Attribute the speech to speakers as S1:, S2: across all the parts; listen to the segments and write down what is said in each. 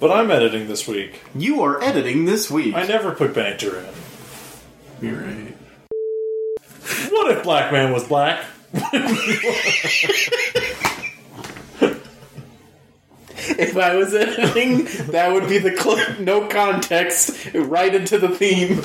S1: But I'm editing this week.
S2: You are editing this week.
S1: I never put banter in.
S2: You're right.
S1: What if Black Man was black?
S3: If I was editing, that would be the clip. No context, right into the theme.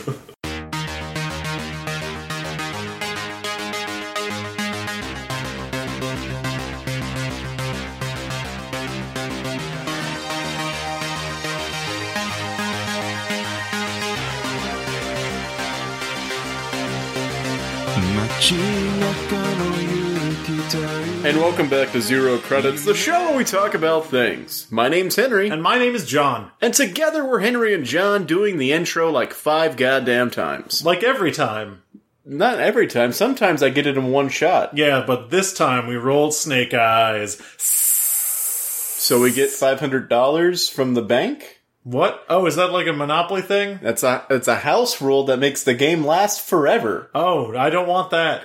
S3: And welcome back to Zero Credits, the show where we talk about things. My name's Henry,
S2: And my name is John.
S3: and together we're Henry and John doing the intro like five goddamn times.
S2: Like every time.
S3: Not every time, sometimes I get it in one shot.
S2: Yeah, but this time we rolled snake eyes.
S3: So we get $500 from the bank?
S2: What? Oh, is that like a Monopoly thing?
S3: That's a, that's a house rule that makes the game last forever.
S2: Oh, I don't want that.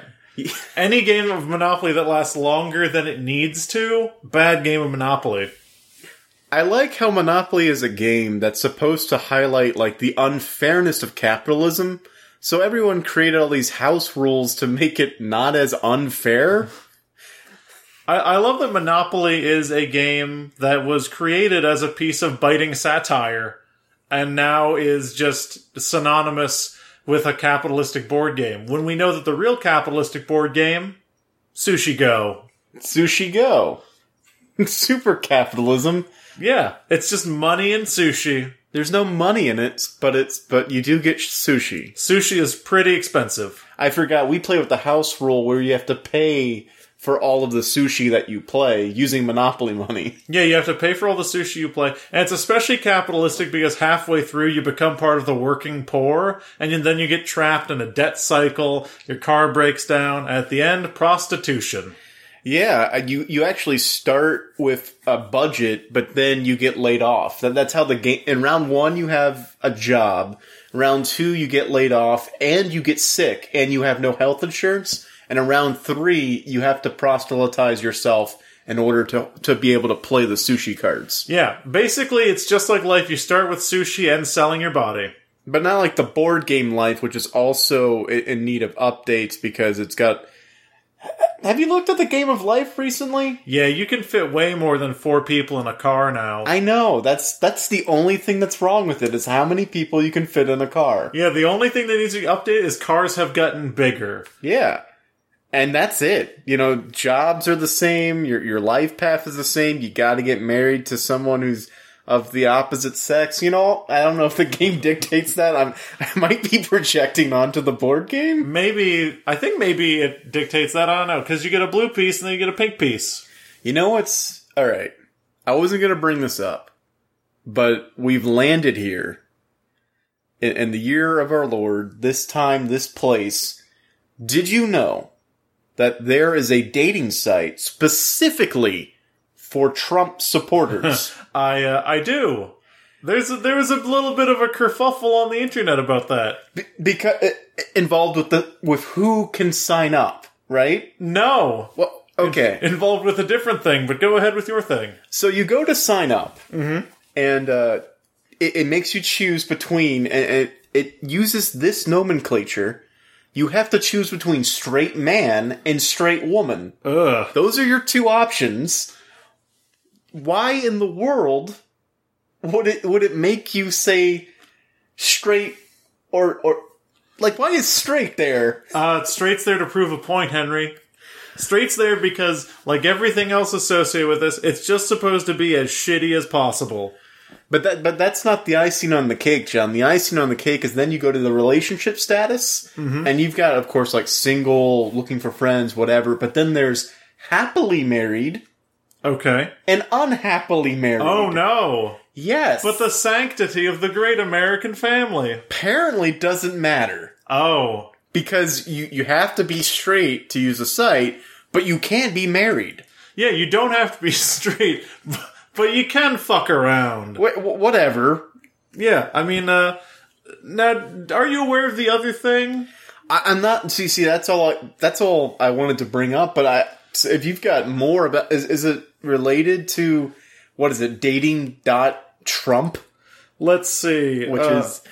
S2: Any game of Monopoly that lasts longer than it needs to, bad game of Monopoly.
S3: I like how Monopoly is a game that's supposed to highlight like the unfairness of capitalism. So everyone created all these house rules to make it not as unfair.
S2: I, I love that Monopoly is a game that was created as a piece of biting satire and now is just synonymous with a capitalistic board game. When we know that the real capitalistic board game, Sushi Go.
S3: Sushi go. Super capitalism.
S2: Yeah, it's just money and sushi.
S3: There's no money in it, but it's but you do get sushi.
S2: Sushi is pretty expensive.
S3: I forgot we play with the house rule where you have to pay for all of the sushi that you play using Monopoly money.
S2: Yeah, you have to pay for all the sushi you play. And it's especially capitalistic because halfway through you become part of the working poor, and you- then you get trapped in a debt cycle, your car breaks down, at the end, prostitution.
S3: Yeah, uh, you you actually start with a budget, but then you get laid off. That, that's how the game. In round one, you have a job. Round two, you get laid off, and you get sick, and you have no health insurance. And in round three, you have to proselytize yourself in order to to be able to play the sushi cards.
S2: Yeah, basically it's just like life. You start with sushi and selling your body.
S3: But not like the board game life, which is also i- in need of updates because it's got. Have you looked at the game of life recently?
S2: Yeah, you can fit way more than four people in a car now.
S3: I know. That's that's the only thing that's wrong with it is how many people you can fit in a car.
S2: yeah, the only thing that needs to be updated is cars have gotten bigger.
S3: Yeah. And that's it. You know, jobs are the same, your your life path is the same. You got to get married to someone who's of the opposite sex. You know, I don't know if the game dictates that. I'm I might be projecting onto the board game.
S2: Maybe, I think maybe it dictates that, I don't know, because you get a blue piece and then you get a pink piece.
S3: You know what's all right. I wasn't going to bring this up, but we've landed here in, in the year of our Lord, this time, this place. Did you know that there is a dating site specifically for Trump supporters?
S2: I uh, I do. There's a, there was a little bit of a kerfuffle on the internet about that.
S3: Be- because uh, involved with the with who can sign up, right?
S2: No,
S3: Well, okay.
S2: involved with a different thing. But go ahead with your thing.
S3: So you go to sign up, and uh, it, it makes you choose between, and, and it uses this nomenclature. You have to choose between straight man and straight woman.
S2: Uh. Ugh.
S3: Those are your two options. Why in the world would it would it make you say straight or or like why is straight there?
S2: Uh, straight's there to prove a point, Henry. Straight's there because, like everything else associated with this, it's just supposed to be as shitty as possible.
S3: But that but that's not the icing on the cake, John. The icing on the cake is then you go to the relationship status,
S2: Mm-hmm.
S3: and you've got, of course, like single, looking for friends, whatever. But then there's happily married
S2: Okay.
S3: and unhappily married.
S2: Oh no.
S3: yes,
S2: But the sanctity of the great American family.
S3: apparently doesn't matter
S2: Oh.
S3: because you you have to be straight to use a site, but you can't be married.
S2: Yeah, you don't have to be straight, but you can fuck around.
S3: Wh- wh- whatever.
S2: Yeah, I mean, uh, now, are you aware of the other thing?
S3: I, I'm not. See, see, that's all. I, that's all I wanted to bring up. But I, so if you've got more about, is, is it related to what is it? Dating dot Trump,
S2: Let's see.
S3: which
S2: uh,
S3: is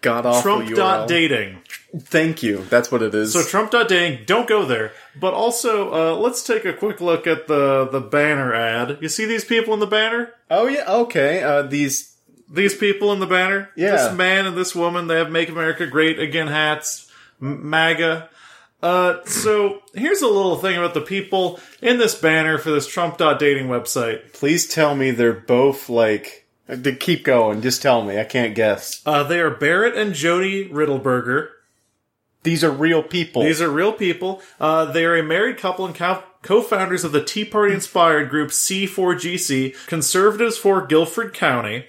S3: god awful.
S2: Trump dot dating.
S3: Thank you. That's what it is.
S2: So Trump dot dating. Don't go there. But also, uh, let's take a quick look at the the banner ad. You see these people in the banner?
S3: oh yeah. Okay. Uh, these.
S2: These people in the banner.
S3: Yeah.
S2: This man and this woman. They have "Make America Great Again" hats. M- MAGA. Uh, so here's a little thing about the people in this banner for this Trump dot dating website.
S3: Please tell me they're both like. uh, Keep going. Just tell me. I can't guess.
S2: Uh, they are Barrett and Jody Riddleberger.
S3: These are real people.
S2: These are real people. Uh, they are a married couple and co- co-founders of the Tea Party inspired group C4GC, Conservatives for Guilford County.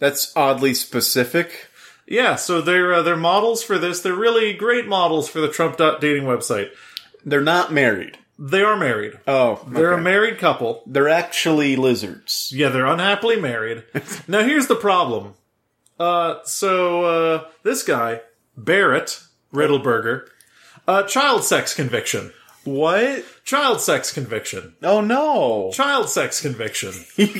S3: That's oddly specific.
S2: Yeah, so they're uh, they're models for this. They're really great models for the Trump dot dating website.
S3: They're not married.
S2: They are married.
S3: Oh,
S2: They're
S3: okay.
S2: a married couple.
S3: They're actually lizards.
S2: Yeah, they're unhappily married. now here's the problem. Uh, so uh, this guy Barrett Riddleberger, uh, child sex conviction.
S3: What?
S2: Child sex conviction.
S3: Oh no.
S2: Child sex conviction.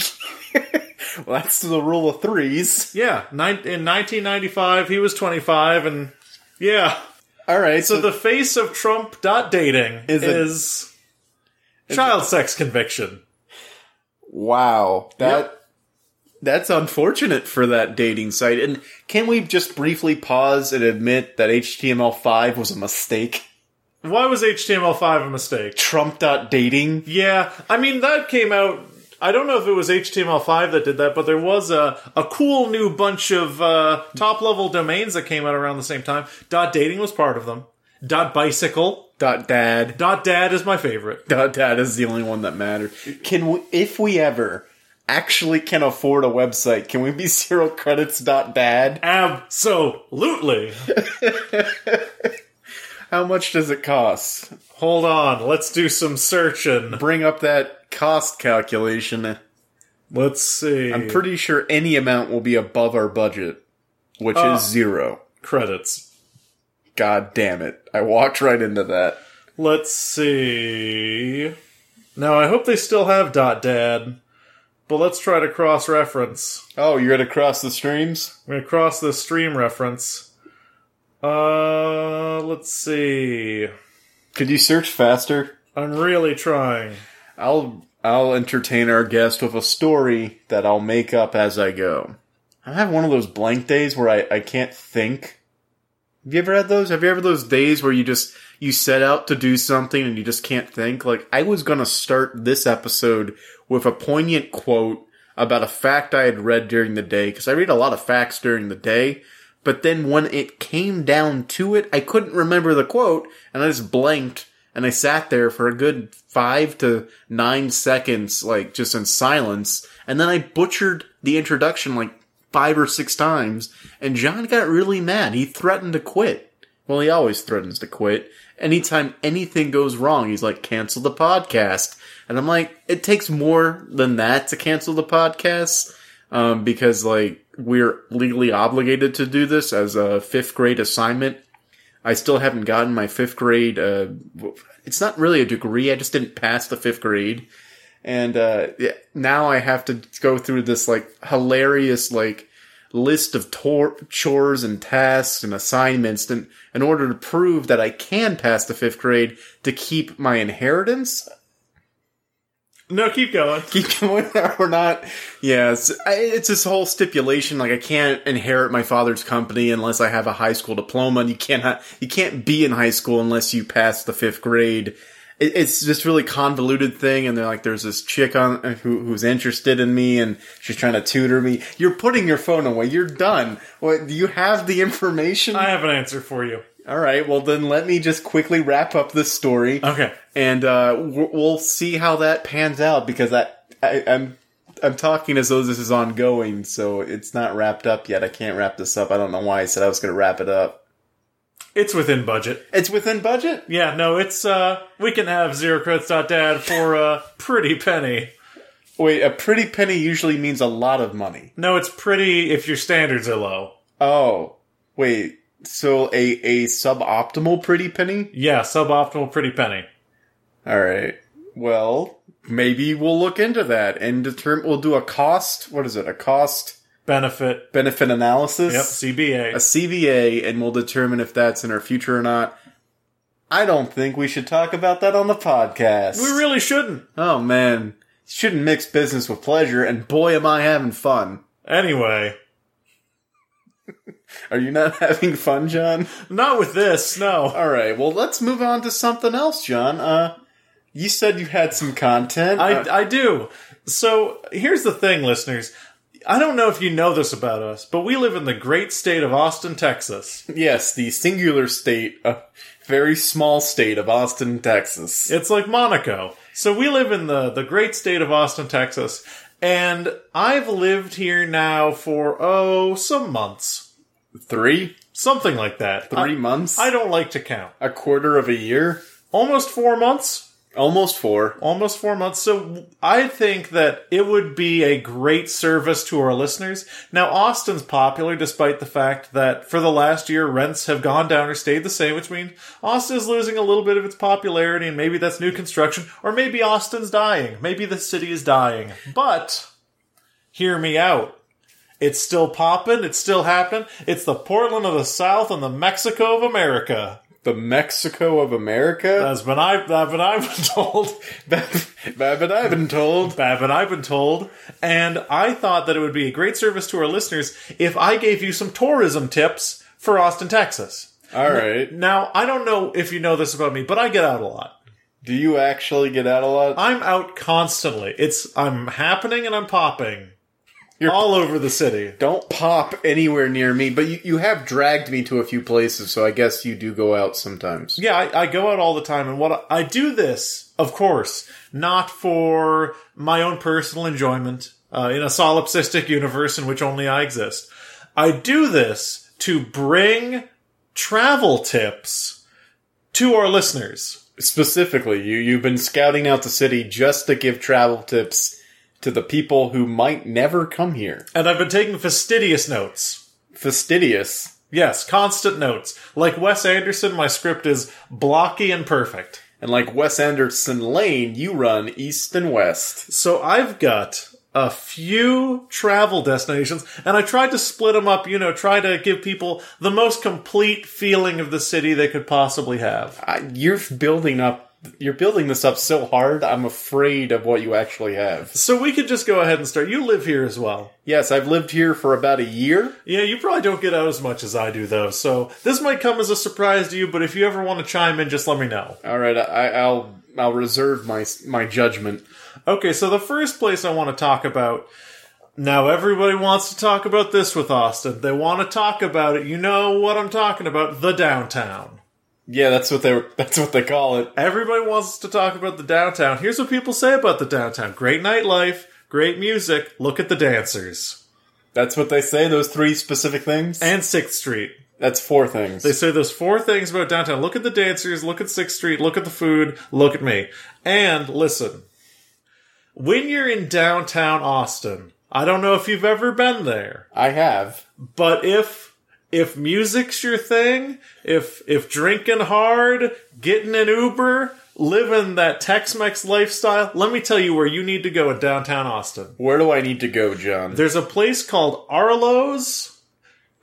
S3: Well, that's the rule of threes.
S2: Yeah, nine, in 1995, he was 25, and yeah.
S3: All right.
S2: So the face of Trump dot dating
S3: Is
S2: is,
S3: it-
S2: child sex conviction.
S3: Wow. That
S2: Yep.
S3: that's unfortunate for that dating site. And can we just briefly pause and admit that HTML5 was a mistake?
S2: Why was HTML5 a mistake?
S3: Trump.dating?
S2: Yeah, I mean that came out. I don't know if it was HTML5 that did that, but there was a, a cool new bunch of uh, top level domains that came out around the same time. Dot dating was part of them. Dot bicycle.
S3: Dot dad.
S2: Dot dad is my favorite.
S3: Dot dad is the only one that mattered. Can we, if we ever actually can afford a website, can we be zero credits dot dad?
S2: Absolutely.
S3: How much does it cost?
S2: Hold on, let's do some searching.
S3: Bring up that cost calculation.
S2: Let's see.
S3: I'm pretty sure any amount will be above our budget, which
S2: Uh.
S3: is zero.
S2: credits.
S3: God damn it. I walked right into that.
S2: Let's see. Now I hope they still have dot dad, but let's try to cross reference.
S3: Oh, you're gonna cross the streams?
S2: I'm gonna cross the stream reference. Uh, let's see.
S3: Could you search faster?
S2: I'm really trying.
S3: I'll I'll entertain our guest with a story that I'll make up as I go. I have one of those blank days where I, I can't think. Have you ever had those? Have you ever had those days where you just you set out to do something and you just can't think? Like I was gonna start this episode with a poignant quote about a fact I had read during the day because I read a lot of facts during the day. But then when it came down to it, I couldn't remember the quote and I just blanked and I sat there for a good five to nine seconds, like just in silence. And then I butchered the introduction like five or six times and John got really mad. He threatened to quit. Well, he always threatens to quit. Anytime anything goes wrong, he's like, cancel the podcast. And I'm like, it takes more than that to cancel the podcast. Um, because like we're legally obligated to do this as a fifth grade assignment. I still haven't gotten my fifth grade, uh, w- it's not really a degree. I just didn't pass the fifth grade. And, uh, yeah, now I have to go through this like hilarious, like, list of tor- chores and tasks and assignments in, in order to prove that I can pass the fifth grade to keep my inheritance.
S2: No, keep going.
S3: Keep going or not? Yes, I, it's this whole stipulation. Like I can't inherit my father's company unless I have a high school diploma. And you cannot, you can't be in high school unless you pass the fifth grade. It, it's this really convoluted thing. And they're like, there's this chick on who, who's interested in me, and she's trying to tutor me. You're putting your phone away. You're done. What? You have the information.
S2: I have an answer for you.
S3: All right, well then let me just quickly wrap up this story,
S2: Okay.
S3: and uh, w- we'll see how that pans out because I, I I'm I'm talking as though this is ongoing, so it's not wrapped up yet. I can't wrap this up. I don't know why I said I was going to wrap it up.
S2: It's within budget.
S3: It's within budget.
S2: Yeah, no, it's, uh, we can have zero credits dot dad for a pretty penny.
S3: Wait, a pretty penny usually means a lot of money.
S2: No, it's pretty if your standards are low.
S3: Oh, wait, so a a suboptimal pretty penny?
S2: Yeah, suboptimal pretty penny.
S3: All right. Well, maybe we'll look into that and determine. We'll do a cost. What is it? A cost
S2: Benefit.
S3: benefit analysis.
S2: Yep. CBA.
S3: a CVA and we'll determine if that's in our future or not. I don't think we should talk about that on the podcast.
S2: we really shouldn't.
S3: oh man, shouldn't mix business with pleasure, and boy, am I having fun.
S2: Anyway,
S3: Are you not having fun, John?
S2: not with this. No.
S3: All right, well, let's move on to something else, John. Uh, you said you had some content. Uh,
S2: I, I do. So here's the thing, listeners. I don't know if you know this about us, but we live in the great state of Austin, Texas.
S3: yes, the singular state, a very small state of Austin, Texas.
S2: It's like Monaco. So we live in the, the great state of Austin, Texas. And I've lived here now for, oh, some months.
S3: Three,
S2: Something like that.
S3: three months,
S2: I, I
S3: A
S2: don't like to count.
S3: quarter of a year,
S2: Almost four months.
S3: almost four.
S2: almost four months. So I think that it would be a great service to our listeners. Now, Austin's popular despite the fact that for the last year, rents have gone down or stayed the same, which means Austin is losing a little bit of its popularity, and maybe that's new construction, or maybe Austin's dying. Maybe the city is dying. But hear me out. It's still popping. It's still happening. It's the Portland of the South and the Mexico of America.
S3: The Mexico of America.
S2: That's been I. That's been I've been told.
S3: Babbitt, I've been told.
S2: Bab and I've been told, and I thought that it would be a great service to our listeners if I gave you some tourism tips for Austin, Texas.
S3: All right.
S2: Now, I don't know if you know this about me, but I get out a lot.
S3: Do you actually get out a lot?
S2: I'm out constantly. It's I'm happening and I'm popping. You're all over the city.
S3: Don't pop anywhere near me, but you, you have dragged me to a few places, so I guess you do go out sometimes.
S2: Yeah, I, I go out all the time, and what I, I do this, of course, not for my own personal enjoyment uh, in a solipsistic universe in which only I exist. I do this to bring travel tips to our listeners.
S3: Specifically, you, you've been scouting out the city just to give travel tips to the people who might never come here.
S2: And I've been taking fastidious notes.
S3: Fastidious.
S2: Yes, constant notes. Like Wes Anderson, my script is blocky and perfect.
S3: And like Wes Anderson Lane, you run east and west.
S2: So I've got a few travel destinations, and I tried to split them up, you know, try to give people the most complete feeling of the city they could possibly have.
S3: I, you're building up. You're building this up so hard, I'm afraid of what you actually have.
S2: So we could just go ahead and start. You live here as well.
S3: Yes, I've lived here for about a year.
S2: Yeah, you probably don't get out as much as I do, though. So this might come as a surprise to you, but if you ever want to chime in, just let me know.
S3: All right, I, I'll I'll reserve my my judgment.
S2: Okay, so the first place I want to talk about. Now, everybody wants to talk about this with Austin. They want to talk about it. You know what I'm talking about the downtown.
S3: Yeah, that's what they that's what they call it.
S2: Everybody wants to talk about the downtown. Here's what people say about the downtown great nightlife, great music, look at the dancers.
S3: That's what they say. Those three specific things.
S2: And 6th Street.
S3: that's four things.
S2: They say those four things about downtown look at the dancers, look at 6th Street, look at the food, look at me. And listen, when you're in downtown Austin, I don't know if you've ever been there,
S3: I have.
S2: but if if music's your thing, if if drinking hard, getting an Uber, living that Tex-Mex lifestyle, let me tell you where you need to go in downtown Austin.
S3: Where do I need to go, John?
S2: There's a place called Arlo's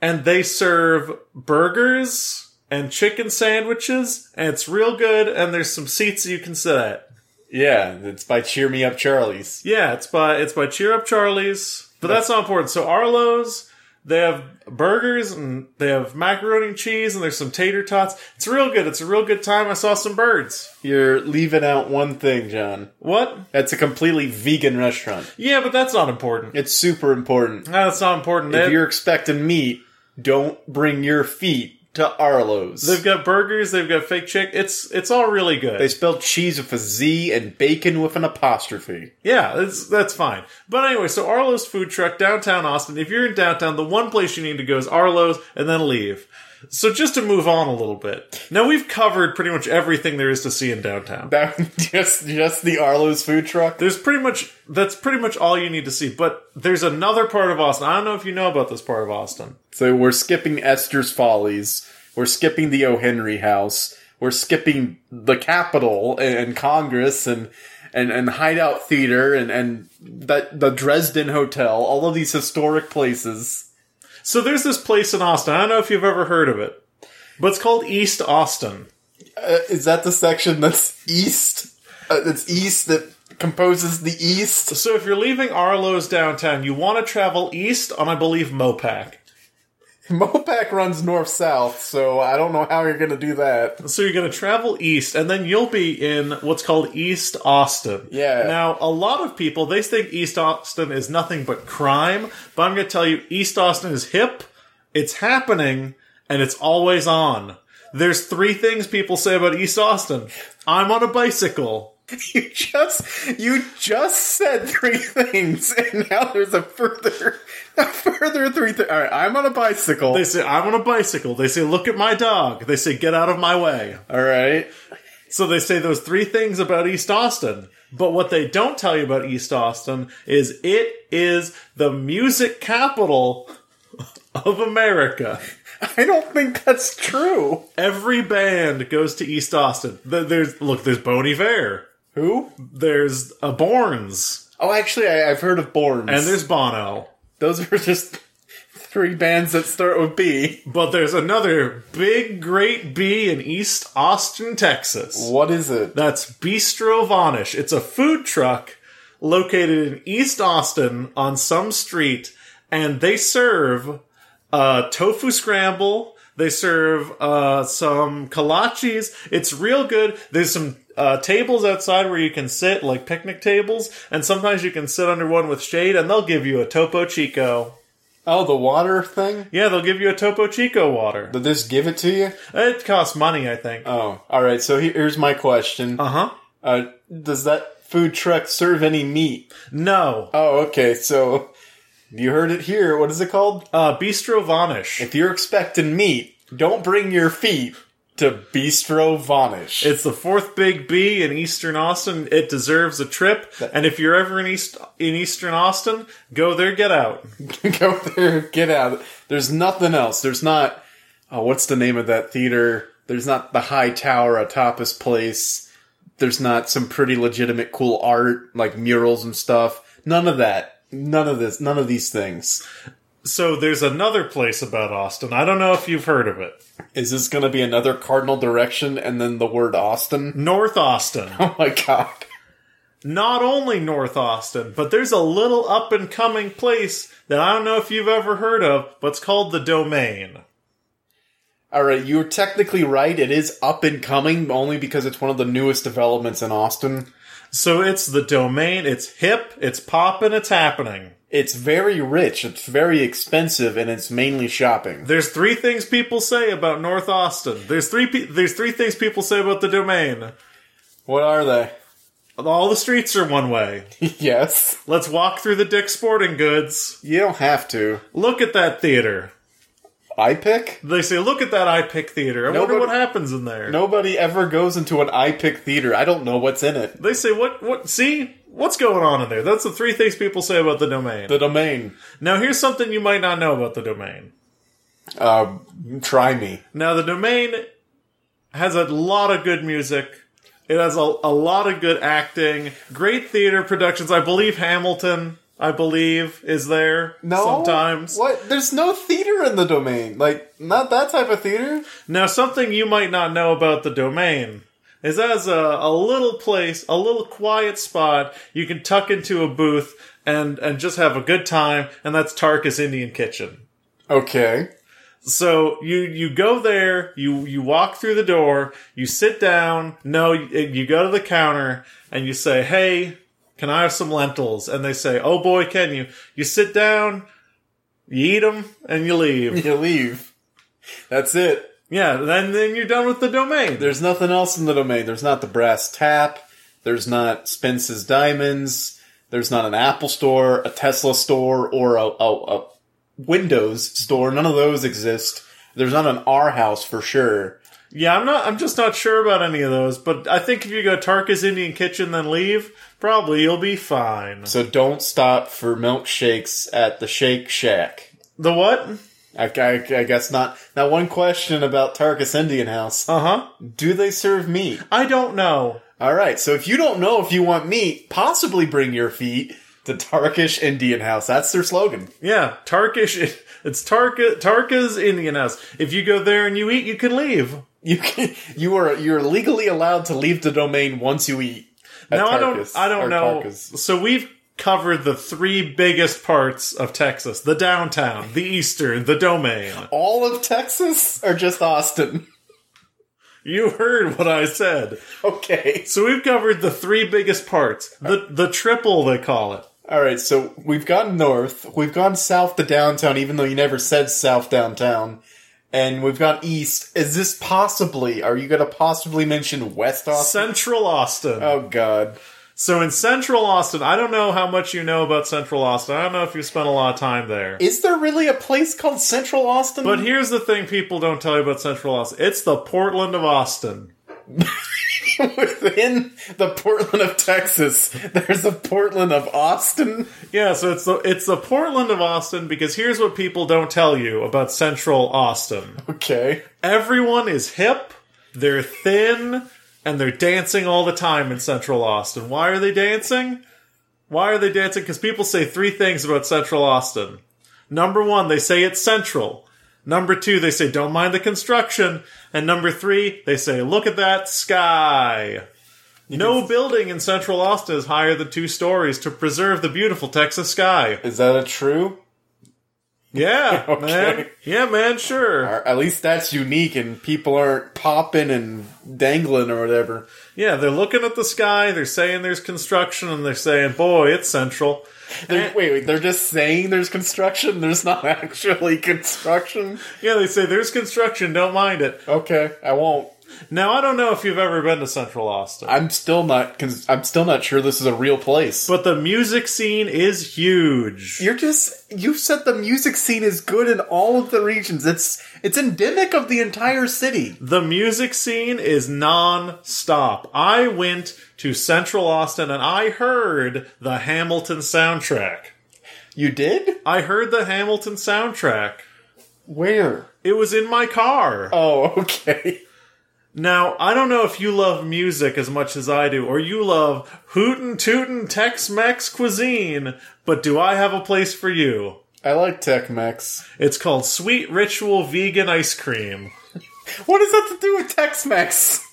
S2: and they serve burgers and chicken sandwiches and it's real good and there's some seats you can sit at.
S3: yeah, it's by Cheer Me Up Charlie's.
S2: Yeah, it's by it's by Cheer Up Charlie's, but that's not important. So Arlo's, they have burgers and they have macaroni and cheese and there's some tater tots. It's real good. It's a real good time. I saw some birds.
S3: You're leaving out one thing, John.
S2: What?
S3: That's a completely vegan restaurant.
S2: Yeah, but that's not important.
S3: It's super important.
S2: No, that's not important.
S3: If
S2: They,
S3: you're expecting meat, don't bring your feet to Arlo's.
S2: they've got burgers. They've got fake chick. It's it's all really good.
S3: they spell cheese with a Z and bacon with an apostrophe.
S2: Yeah, that's that's fine. But anyway, so Arlo's food truck downtown Austin. If you're in downtown, the one place you need to go is Arlo's and then leave. So just to move on a little bit. Now we've covered pretty much everything there is to see in downtown.
S3: That just just the Arlo's food truck.
S2: There's pretty much that's pretty much all you need to see. But there's another part of Austin. I don't know if you know about this part of Austin.
S3: So we're skipping Esther's Follies. We're skipping the O. Henry House. We're skipping the Capitol and, and Congress and and, and Hideout Theater and, and that the Dresden Hotel, all of these historic places.
S2: So there's this place in Austin. I don't know if you've ever heard of it, but it's called East Austin.
S3: Uh, is that the section that's east? Uh, that's east that composes the east?
S2: So if you're leaving Arlo's downtown, you want to travel east on, I believe, Mopac.
S3: Mopac runs north south, so I don't know how you're going to do that.
S2: So you're going to travel east, and then you'll be in what's called East Austin.
S3: Yeah.
S2: Now, a lot of people they think East Austin is nothing but crime, but I'm going to tell you, East Austin is hip. It's happening, and it's always on. There's three things people say about East Austin. I'm on a bicycle.
S3: You just you just said three things, and now there's a further a further three. Th- All right, I'm on a bicycle.
S2: They say I'm on a bicycle. They say look at my dog. They say get out of my way.
S3: All right,
S2: So they say those three things about East Austin. But what they don't tell you about East Austin is it is the music capital of America.
S3: I don't think that's true.
S2: Every band goes to East Austin. There- There's look, there's Bon Iver,
S3: Who?
S2: there's Aborns,
S3: Oh, actually, I, I've heard of Borns,
S2: and there's Bono.
S3: those were just three bands that start with B.
S2: But there's another big great B in East Austin, Texas.
S3: What is it?
S2: That's Bistro Vanish. It's a food truck located in East Austin on some street, and they serve uh, tofu scramble. They serve uh, some kolaches. It's real good. There's some uh, tables outside where you can sit, like picnic tables, and sometimes you can sit under one with shade, and they'll give you a Topo Chico.
S3: Oh, the water thing.
S2: Yeah, they'll give you a Topo Chico water.
S3: Did this give it to you?
S2: It costs money, I think.
S3: Oh, all right. So here- here's my question:
S2: Uh huh.
S3: uh, Does that food truck serve any meat?
S2: No.
S3: Oh, okay. So you heard it here. What is it called?
S2: Uh, Bistro Vanish.
S3: If you're expecting meat, don't bring your feet to Bistro Vanish.
S2: It's the fourth big B in Eastern Austin. It deserves a trip. And if you're ever in East in Eastern Austin, go there, get out.
S3: Go there, get out. There's nothing else. There's not. Oh, what's the name of that theater? There's not the high tower atop his place. There's not some pretty legitimate cool art like murals and stuff. None of that. None of this. None of these things.
S2: So there's another place about Austin. I don't know if you've heard of it.
S3: Is this going to be another cardinal direction and then the word Austin?
S2: North Austin.
S3: Oh my god.
S2: Not only North Austin, but there's a little up and coming place that I don't know if you've ever heard of, but it's called the Domain.
S3: All right, you're technically right. It is up and coming, only because it's one of the newest developments in Austin.
S2: So it's the Domain. It's hip. It's poppin'. It's happening.
S3: It's very rich, it's very expensive, and it's mainly shopping.
S2: There's three things people say about North Austin. There's three. Pe- there's three things people say about the Domain.
S3: What are they?
S2: All the streets are one way.
S3: yes.
S2: Let's walk through the Dick Sporting Goods.
S3: You don't have to.
S2: Look at that theater.
S3: I pick?
S2: They say, look at that I Pick theater. I
S3: Nobody-
S2: wonder what happens in there.
S3: Nobody ever goes into an I pick theater. I don't know what's in it.
S2: They say, what, what, see? What's going on in there? That's the three things people say about the domain.
S3: The domain.
S2: now, here's something you might not know about the domain.
S3: Um, try me.
S2: Now, the domain has a lot of good music. It has a, a lot of good acting, great theater productions. I believe Hamilton, I believe, is there sometimes.
S3: What? There's no theater in the domain. Like, not that type of theater.
S2: Now, something you might not know about the domain is as a, a little place, a little quiet spot you can tuck into a booth and, and just have a good time, and that's Tarka's Indian Kitchen.
S3: Okay.
S2: So you, you go there, you, you walk through the door, you sit down, no, you, you go to the counter, and you say, hey, can I have some lentils? And they say, oh boy, can you? You sit down, you eat them, and you leave.
S3: You leave. That's it.
S2: yeah, then, then you're done with the domain.
S3: There's nothing else in the domain. There's not the brass tap. There's not Spence's Diamonds. There's not an Apple store, a Tesla store, or a, a, a Windows store. None of those exist. There's not an R house for sure.
S2: Yeah, I'm not. I'm just not sure about any of those. But I think if you go Tarka's Indian Kitchen, then leave, probably you'll be fine.
S3: So don't stop for milkshakes at the Shake Shack.
S2: The what?
S3: I, I- I guess not. Now, one question about Tarkus Indian House.
S2: Uh huh.
S3: Do they serve meat?
S2: I don't know.
S3: All right. So if you don't know if you want meat, possibly bring your feet to Tarkish Indian House. That's their slogan.
S2: Yeah, Tarkish. It's Tarka, Tarka's Indian House. If you go there and you eat, you can leave.
S3: You can, you are you're legally allowed to leave the domain once you eat. at
S2: now
S3: Tarkus,
S2: I don't. I
S3: or
S2: don't know.
S3: Tarkus.
S2: So we've covered the three biggest parts of Texas: the downtown, the eastern, the domain.
S3: All of Texas or just Austin?
S2: You heard what I said.
S3: Okay.
S2: So we've covered the three biggest parts. The the triple they call it.
S3: All right, so we've gone north, we've gone south to downtown, even though you never said south downtown, and we've gone east. Is this possibly? Are you going to possibly mention West Austin?
S2: Central Austin.
S3: Oh God,
S2: So in Central Austin, I don't know how much you know about Central Austin. I don't know if you spent a lot of time there.
S3: is there really a place called Central Austin?
S2: But here's the thing people don't tell you about Central Austin. It's the Portland of Austin.
S3: within the Portland of Texas, there's a Portland of Austin.
S2: Yeah, so it's the it's the Portland of Austin because here's what people don't tell you about Central Austin.
S3: Okay,
S2: Everyone is hip, they're thin, and they're dancing all the time in Central Austin. Why are they dancing? Why are they dancing? Because people say three things about Central Austin. Number one, they say it's central. Number two, they say don't mind the construction. And number three, they say look at that sky. No building in central Austin is higher than two stories to preserve the beautiful Texas sky.
S3: is that a true?
S2: Yeah,
S3: Okay.
S2: man. Yeah, man, sure.
S3: Or at least that's unique, and people aren't popping and dangling or whatever.
S2: Yeah, they're looking at the sky, they're saying there's construction, and they're saying, boy, it's central.
S3: They're,
S2: Eh.
S3: wait, wait, they're just saying there's construction. There's not actually construction.
S2: Yeah, they say there's construction, don't mind it.
S3: Okay, I won't.
S2: Now, I don't know if you've ever been to Central Austin,
S3: I'm still not. Cause I'm still not sure this is a real place.
S2: but the music scene is huge.
S3: you're just. You said the music scene is good in all of the regions. It's it's endemic of the entire city.
S2: The music scene is non stop. I went to Central Austin and I heard the Hamilton soundtrack.
S3: You did
S2: I heard the Hamilton soundtrack.
S3: where?
S2: It was in my car.
S3: Oh, okay.
S2: Now, I don't know if you love music as much as I do, or you love hootin' tootin' Tex Mex cuisine, but do I have a place for you?
S3: I like Tech Mex.
S2: It's called Sweet Ritual Vegan Ice Cream.
S3: What does that to do with Tex Mex?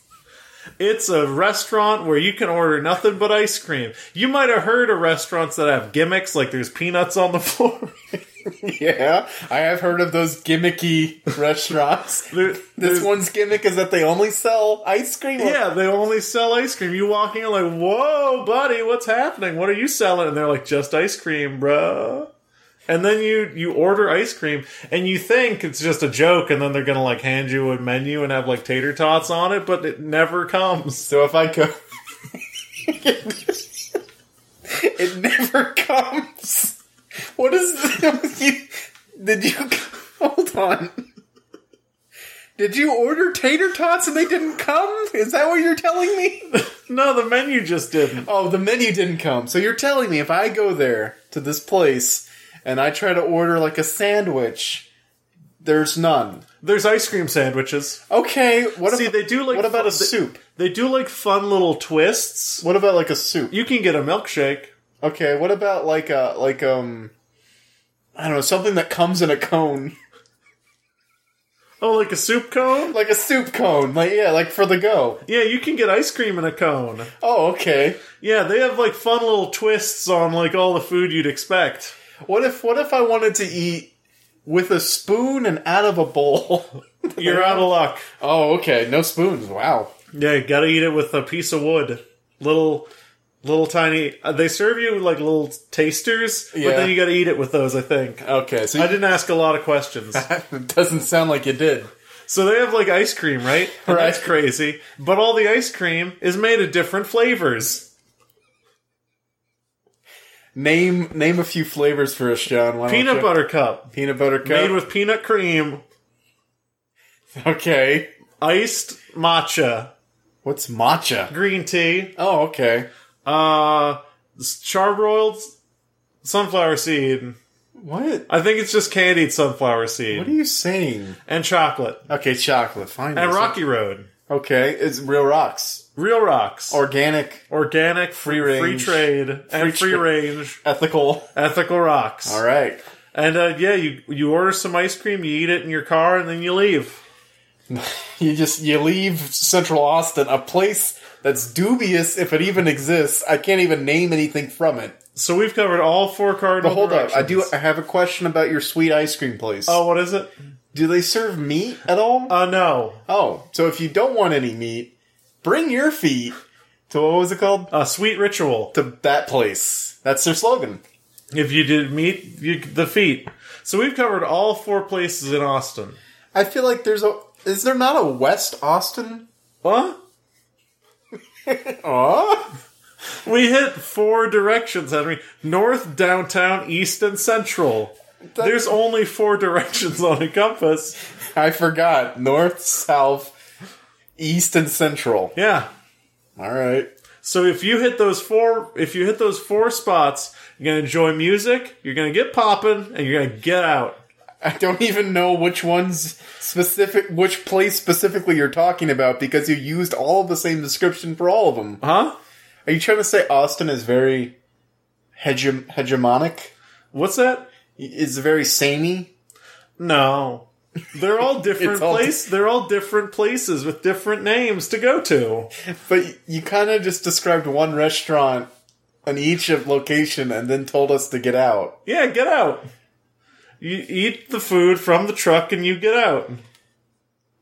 S2: It's a restaurant where you can order nothing but ice cream. You might have heard of restaurants that have gimmicks, like there's peanuts on the floor.
S3: Yeah, I have heard of those gimmicky restaurants.
S2: There-
S3: This
S2: there's-
S3: one's gimmick is that they only sell ice cream.
S2: Yeah, they only sell ice cream. You walk in, you're like, whoa, buddy, what's happening? What are you selling? And they're like, just ice cream, bruh. And then you you order ice cream, and you think it's just a joke, and then they're gonna like hand you a menu and have like tater tots on it, but it never comes.
S3: So if I go, it never comes. What is you, did you hold on? Did you order tater tots and they didn't come? Is that what you're telling me?
S2: No, the menu just didn't.
S3: Oh, the menu didn't come. So you're telling me if I go there to this place and I try to order like a sandwich, there's none.
S2: There's ice cream sandwiches.
S3: Okay, what
S2: See,
S3: ab-
S2: they do like
S3: what about a
S2: they-
S3: soup?
S2: They do like fun little twists.
S3: What about like a soup?
S2: You can get a milkshake.
S3: Okay, what about like a like um I don't know, something that comes in a cone.
S2: Oh, like a soup cone?
S3: Like a soup cone. Like yeah, like for the go.
S2: Yeah, you can get ice cream in a cone.
S3: Oh, okay.
S2: Yeah, they have like fun little twists on like all the food you'd expect.
S3: What if what if I wanted to eat with a spoon and out of a bowl?
S2: You're out of luck.
S3: oh, okay. No spoons. Wow.
S2: Yeah, you gotta eat it with a piece of wood. Little, little tiny. uh, They serve you like little tasters,
S3: Yeah.
S2: but then you gotta eat it with those. I think.
S3: Okay, so
S2: I didn't ask a lot of questions.
S3: it doesn't sound like you did.
S2: so they have like ice cream, right? And
S3: Right.
S2: That's crazy. But all the ice cream is made of different flavors.
S3: Name name a few flavors for us, John. Why don't
S2: Peanut
S3: you-
S2: butter cup
S3: Peanut butter cup.
S2: made with peanut cream,
S3: okay.
S2: iced matcha,
S3: What's matcha?
S2: green tea,
S3: Oh, okay.
S2: uh, s- charbroiled sunflower seed.
S3: What?
S2: I think it's just candied sunflower seed
S3: What are you saying?
S2: and chocolate
S3: Okay, chocolate. Fine.
S2: and Rocky Road.
S3: Okay, it's real rocks.
S2: Real rocks.
S3: Organic,
S2: organic, free
S3: range.
S2: free trade, and
S3: Free
S2: free
S3: tra-
S2: range
S3: ethical.
S2: ethical rocks.
S3: All right.
S2: And uh, yeah, you you order some ice cream, you eat it in your car, and then you leave.
S3: You just you leave Central Austin, a place that's dubious if it even exists. I can't even name anything from it.
S2: So we've covered all four cardinal.
S3: But hold up, I do.
S2: directions.
S3: I have a question about your sweet ice cream place.
S2: Oh, what is it?
S3: do they serve meat at all?
S2: Uh, no,
S3: oh, so if you don't want any meat, bring your feet to what was it called?
S2: a sweet ritual.
S3: To that place. That's their slogan.
S2: If you did meet you, the feet, so we've covered all four places in Austin.
S3: I feel like there's a. Is there not a West Austin?
S2: Huh?
S3: Aw.
S2: We hit four directions, Henry: north, downtown, east, and central. There's only four directions on a compass.
S3: I forgot. North, South, East, and Central.
S2: Yeah,
S3: All right.
S2: So if you hit those four, if you hit those four spots, you're gonna enjoy music, you're gonna get popping, and you're gonna get out.
S3: I don't even know which ones specific, which place specifically you're talking about because you used all of the same description for all of them.
S2: Huh?
S3: Are you trying to say Austin is very hegem- hegemonic?
S2: What's that?
S3: Is very samey?
S2: No, they're all different
S3: It's all-
S2: places. they're all different places with different names to go to.
S3: But you kind of just described one restaurant in each of location and then told us to get out.
S2: Yeah, get out. You eat the food from the truck and you get out.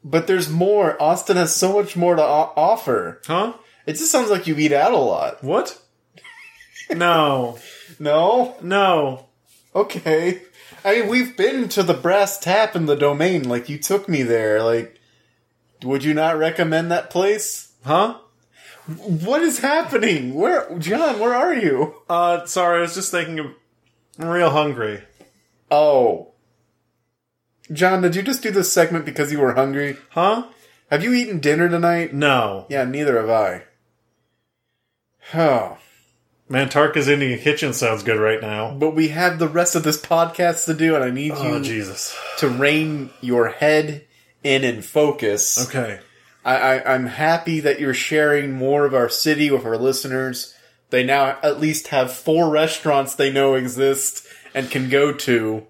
S3: But there's more. Austin has so much more to o- offer.
S2: Huh?
S3: It just sounds like you eat out a lot.
S2: What? No,
S3: No?
S2: no.
S3: Okay. I mean, we've been to the Brass Tap in the Domain. Like, you took me there. Like, would you not recommend that place?
S2: Huh?
S3: What is happening? Where, John? Where are you?
S2: Uh, sorry, I was just thinking. Of, I'm real hungry.
S3: Oh, John, did you just do this segment because you were hungry?
S2: Huh?
S3: Have you eaten dinner tonight?
S2: No.
S3: Yeah, neither have I. Oh,
S2: Man, Tarka's Indian Kitchen sounds good right now.
S3: but we have the rest of this podcast to do, and I need
S2: Oh,
S3: you
S2: Jesus.
S3: to rein your head in and focus.
S2: Okay.
S3: I, I, I'm happy that you're sharing more of our city with our listeners. They now at least have four restaurants they know exist and can go to.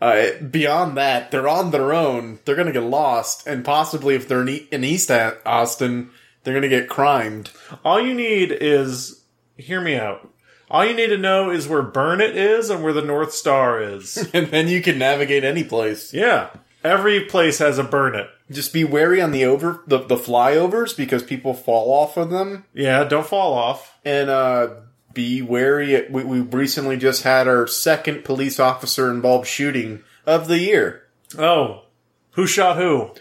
S3: Uh, beyond that, they're on their own. They're going to get lost, and possibly if they're in, e- in East A- Austin, they're going to get crimed.
S2: All you need is. Hear me out. All you need to know is where Burn It is and where the North Star is.
S3: And then you can navigate any place.
S2: yeah. Every place has a Burn It.
S3: Just be wary on the over the, the flyovers because people fall off of them.
S2: Yeah, don't fall off.
S3: and uh, be wary. We, we recently just had our second police officer involved shooting of the year.
S2: Oh. Who shot who?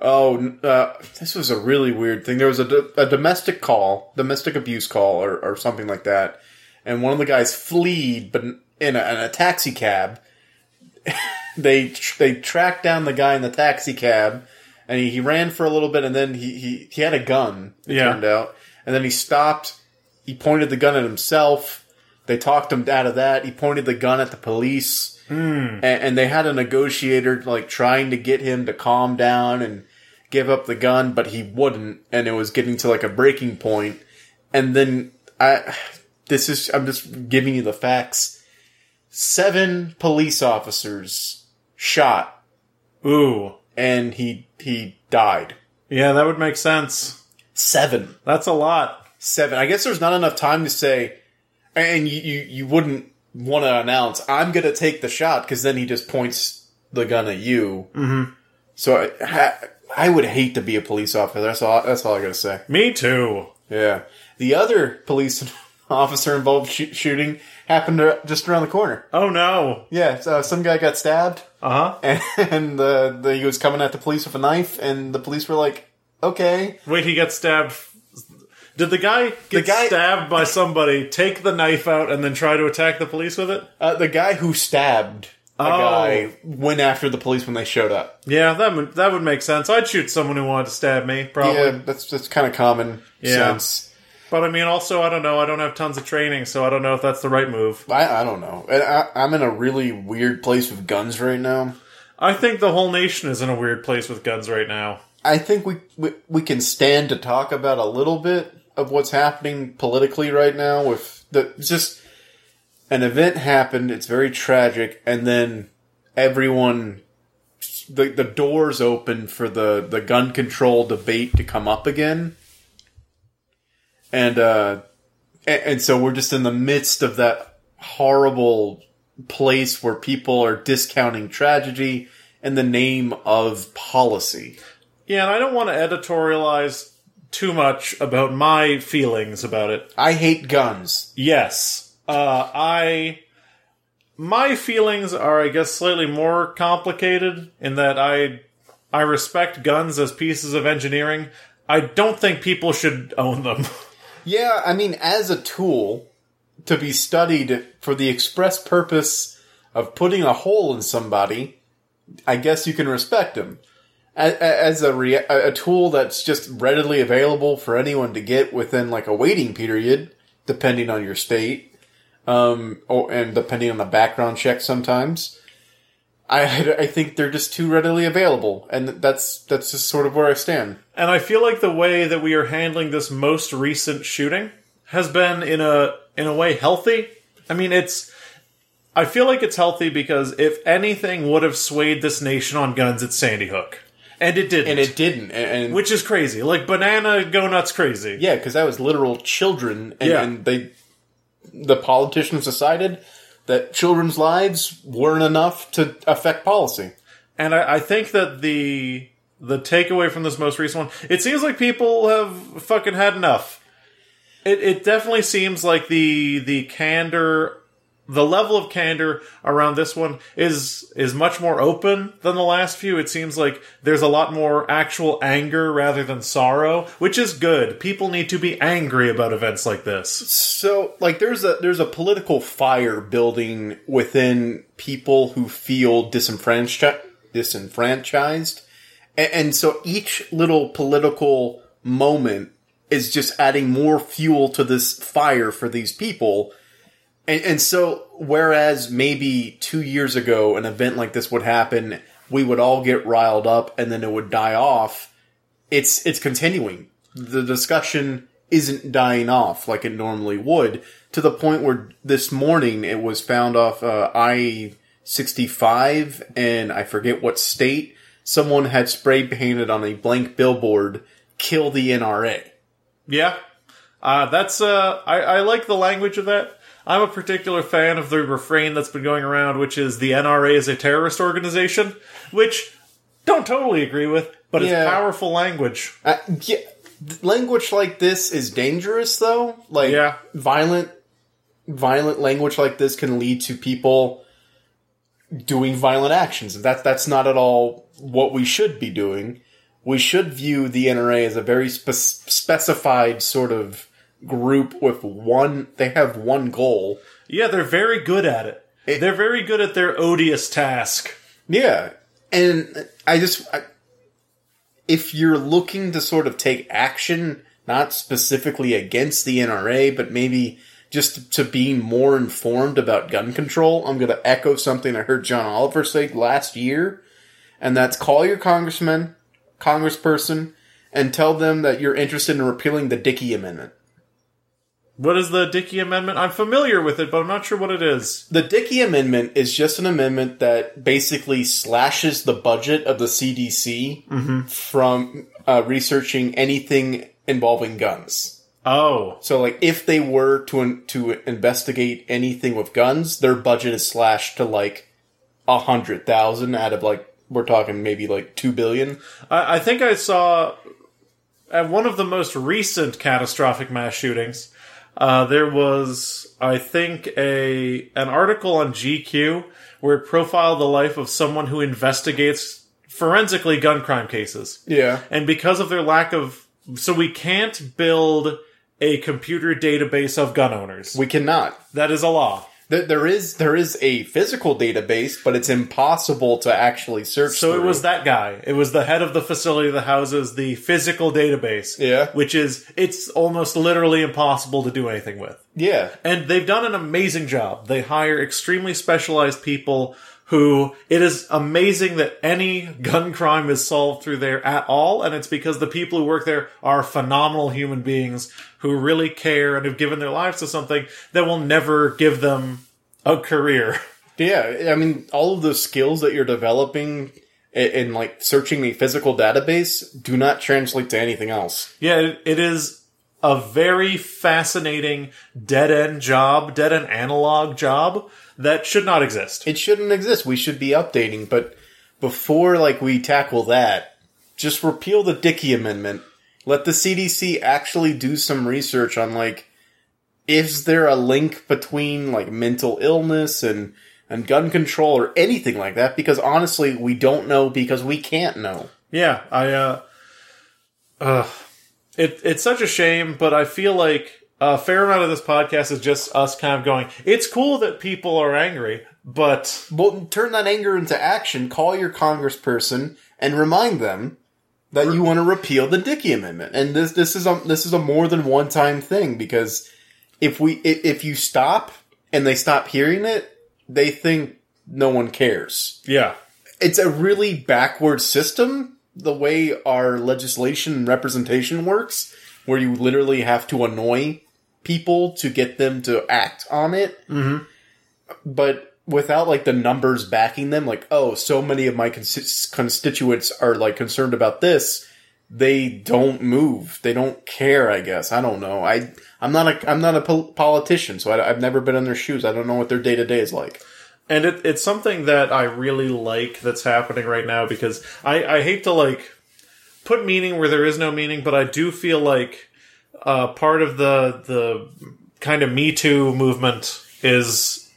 S3: Oh, n- uh, this was a really weird thing. There was a, do- a domestic call, domestic abuse call, or, or something like that, and one of the guys fleed, but in a, in a taxi cab. they tr- they tracked down the guy in the taxi cab, and he, he ran for a little bit, and then he he, he had a gun. It
S2: Yeah.
S3: turned out, and then he stopped. He pointed the gun at himself. They talked him out of that. He pointed the gun at the police and, and they had a negotiator like trying to get him to calm down and give up the gun, but he wouldn't, and it was getting to like a breaking point. And then I, this is I'm just giving you the facts. Seven police officers shot,
S2: Ooh.
S3: and he he died.
S2: Yeah, that would make sense.
S3: Seven,
S2: That's a lot.
S3: seven. I guess there's not enough time to say, and you you, you wouldn't want to announce I'm gonna take the shot because then he just points the gun at you. Mm-hmm. So I, ha- I would hate to be a police officer. That's all. That's all I gotta say.
S2: Me too.
S3: Yeah. The other police officer involved shoo- shooting happened ar- just around the corner.
S2: Oh no.
S3: Yeah. So some guy got stabbed,
S2: Uh huh.
S3: and, and the, the he was coming at the police with a knife, and the police were like, "Okay,
S2: Wait, he got stabbed. Did the guy get
S3: guy-
S2: stabbed by somebody, take the knife out, and then try to attack the police with it?
S3: Uh, the guy who stabbed the
S2: Oh.
S3: guy went after the police when they showed up.
S2: Yeah, that would, that would make sense. I'd shoot someone who wanted to stab me, probably.
S3: Yeah, that's that's kind of common
S2: Oh, Yeah.
S3: sense.
S2: But I mean, also, I don't know. I don't have tons of training, so I don't know if that's the right move.
S3: I, I don't know. And I, I'm in a really weird place with guns right now.
S2: I think the whole nation is in a weird place with guns right now.
S3: I think we, we we can stand to talk about a little bit of what's happening politically right now with the it's just an event happened, it's very tragic and then everyone the the doors open for the the gun control debate to come up again. And uh and, and so we're just in the midst of that horrible place where people are discounting tragedy in the name of policy.
S2: Yeah, and I don't want to editorialize too much about my feelings about it.
S3: I hate guns.
S2: Yes. Uh, I. My feelings are, I guess, slightly more complicated in that I. I respect guns as pieces of engineering. I don't think people should own them.
S3: Yeah, I mean, as a tool to be studied for the express purpose of putting a hole in somebody, I guess you can respect him. A- a- As a, rea- a a tool that's just readily available for anyone to get within like a waiting period, depending on your state, um, or, and depending on the background check sometimes. I, I think they're just too readily available, and that's that's just sort of where I stand.
S2: And I feel like the way that we are handling this most recent shooting has been in a in a way healthy. I mean, it's I feel like it's healthy because if anything would have swayed this nation on guns, it's Sandy Hook, and it didn't.
S3: And it didn't. And, and
S2: which is crazy. Like banana go nuts crazy.
S3: Yeah, because that was literal children, and,
S2: Yeah.
S3: and they, the politicians decided that children's lives weren't enough to affect policy.
S2: And I, I think that the the takeaway from this most recent one, it seems like people have fucking had enough. It it definitely seems like the the candor the level of candor around this one is is much more open than the last few. It seems like there's a lot more actual anger rather than sorrow, which is good. People need to be angry about events like this.
S3: So, like, there's a there's a political fire building within people who feel disenfranchised, disenfranchised, and, and so each little political moment is just adding more fuel to this fire for these people. And, and so, whereas maybe two years ago an event like this would happen, we would all get riled up and then it would die off. It's it's continuing. The discussion isn't dying off like it normally would to the point where this morning it was found off uh, I sixty five and I forget what state someone had spray painted on a blank billboard "Kill the NRA."
S2: Yeah. Uh, that's uh I, I like the language of that. I'm a particular fan of the refrain that's been going around, which is the NRA is a terrorist organization, which don't totally agree with, but
S3: Yeah.
S2: it's powerful language.
S3: Uh, yeah, language like this is dangerous, though. Like,
S2: Yeah.
S3: violent, violent language like this can lead to people doing violent actions, and that's that's not at all what we should be doing. We should view the NRA as a very spe- specified sort of group with one. They have one goal.
S2: Yeah, they're very good at it. they're very good at their odious task.
S3: Yeah, and I just I, if you're looking to sort of take action, not specifically against the NRA, but maybe just to be more informed about gun control, I'm going to echo something I heard John Oliver say last year, and that's call your congressman, congressperson, and tell them that you're interested in repealing the Dickey Amendment.
S2: What is the Dickey Amendment? I'm familiar with it, but I'm not sure what it is.
S3: The Dickey Amendment is just an amendment that basically slashes the budget of the CDC
S2: Mm-hmm.
S3: from uh, researching anything involving guns.
S2: Oh.
S3: So, like, if they were to in- to investigate anything with guns, their budget is slashed to like a hundred thousand out of like we're talking maybe like two billion.
S2: I, I think I saw at one of the most recent catastrophic mass shootings. Uh, there was, I think, a an article on GQ where it profiled the life of someone who investigates forensically gun crime cases,
S3: Yeah,
S2: and because of their lack of, so we can't build a computer database of gun owners.
S3: we cannot.
S2: that is a law.
S3: There, there is there is a physical database, but it's impossible to actually search.
S2: So it
S3: through.
S2: was that guy. It was the head of the facility that houses the physical database.
S3: Yeah.
S2: Which is, it's almost literally impossible to do anything with.
S3: yeah.
S2: And they've done an amazing job. They hire extremely specialized people who it is amazing that any gun crime is solved through there at all, and it's because the people who work there are phenomenal human beings who really care and have given their lives to something that will never give them a career.
S3: Yeah, I mean, all of those skills that you're developing in, in like searching the physical database do not translate to anything else.
S2: Yeah, it- it is a very fascinating dead end job, dead end analog job that should not exist.
S3: It shouldn't exist. We should be updating, but before like we tackle that, just repeal the Dickey Amendment. Let the CDC actually do some research on like is there a link between like mental illness and and gun control or anything like that? Because honestly, we don't know because we can't know.
S2: Yeah, I uh, uh it it's such a shame, but I feel like a fair amount of this podcast is just us kind of going, it's cool that people are angry, but
S3: Well, turn that anger into action. Call your congressperson and remind them that you want to repeal the Dickey Amendment. And this this is a this is a more than one time thing because if we if, if you stop and they stop hearing it, they think no one cares.
S2: yeah.
S3: It's a really backward system the way our legislation and representation works, where you literally have to annoy people to get them to act on it but without like the numbers backing them like oh so many of my cons- constituents are like concerned about this they don't move they don't care i guess i don't know i i'm not a i'm not a pol- politician so I, i've never been in their shoes i don't know what their day-to-day is like
S2: And it, it's something that I really like that's happening right now because I, I hate to like put meaning where there is no meaning, but I do feel like uh, part of the the kind of Me Too movement is,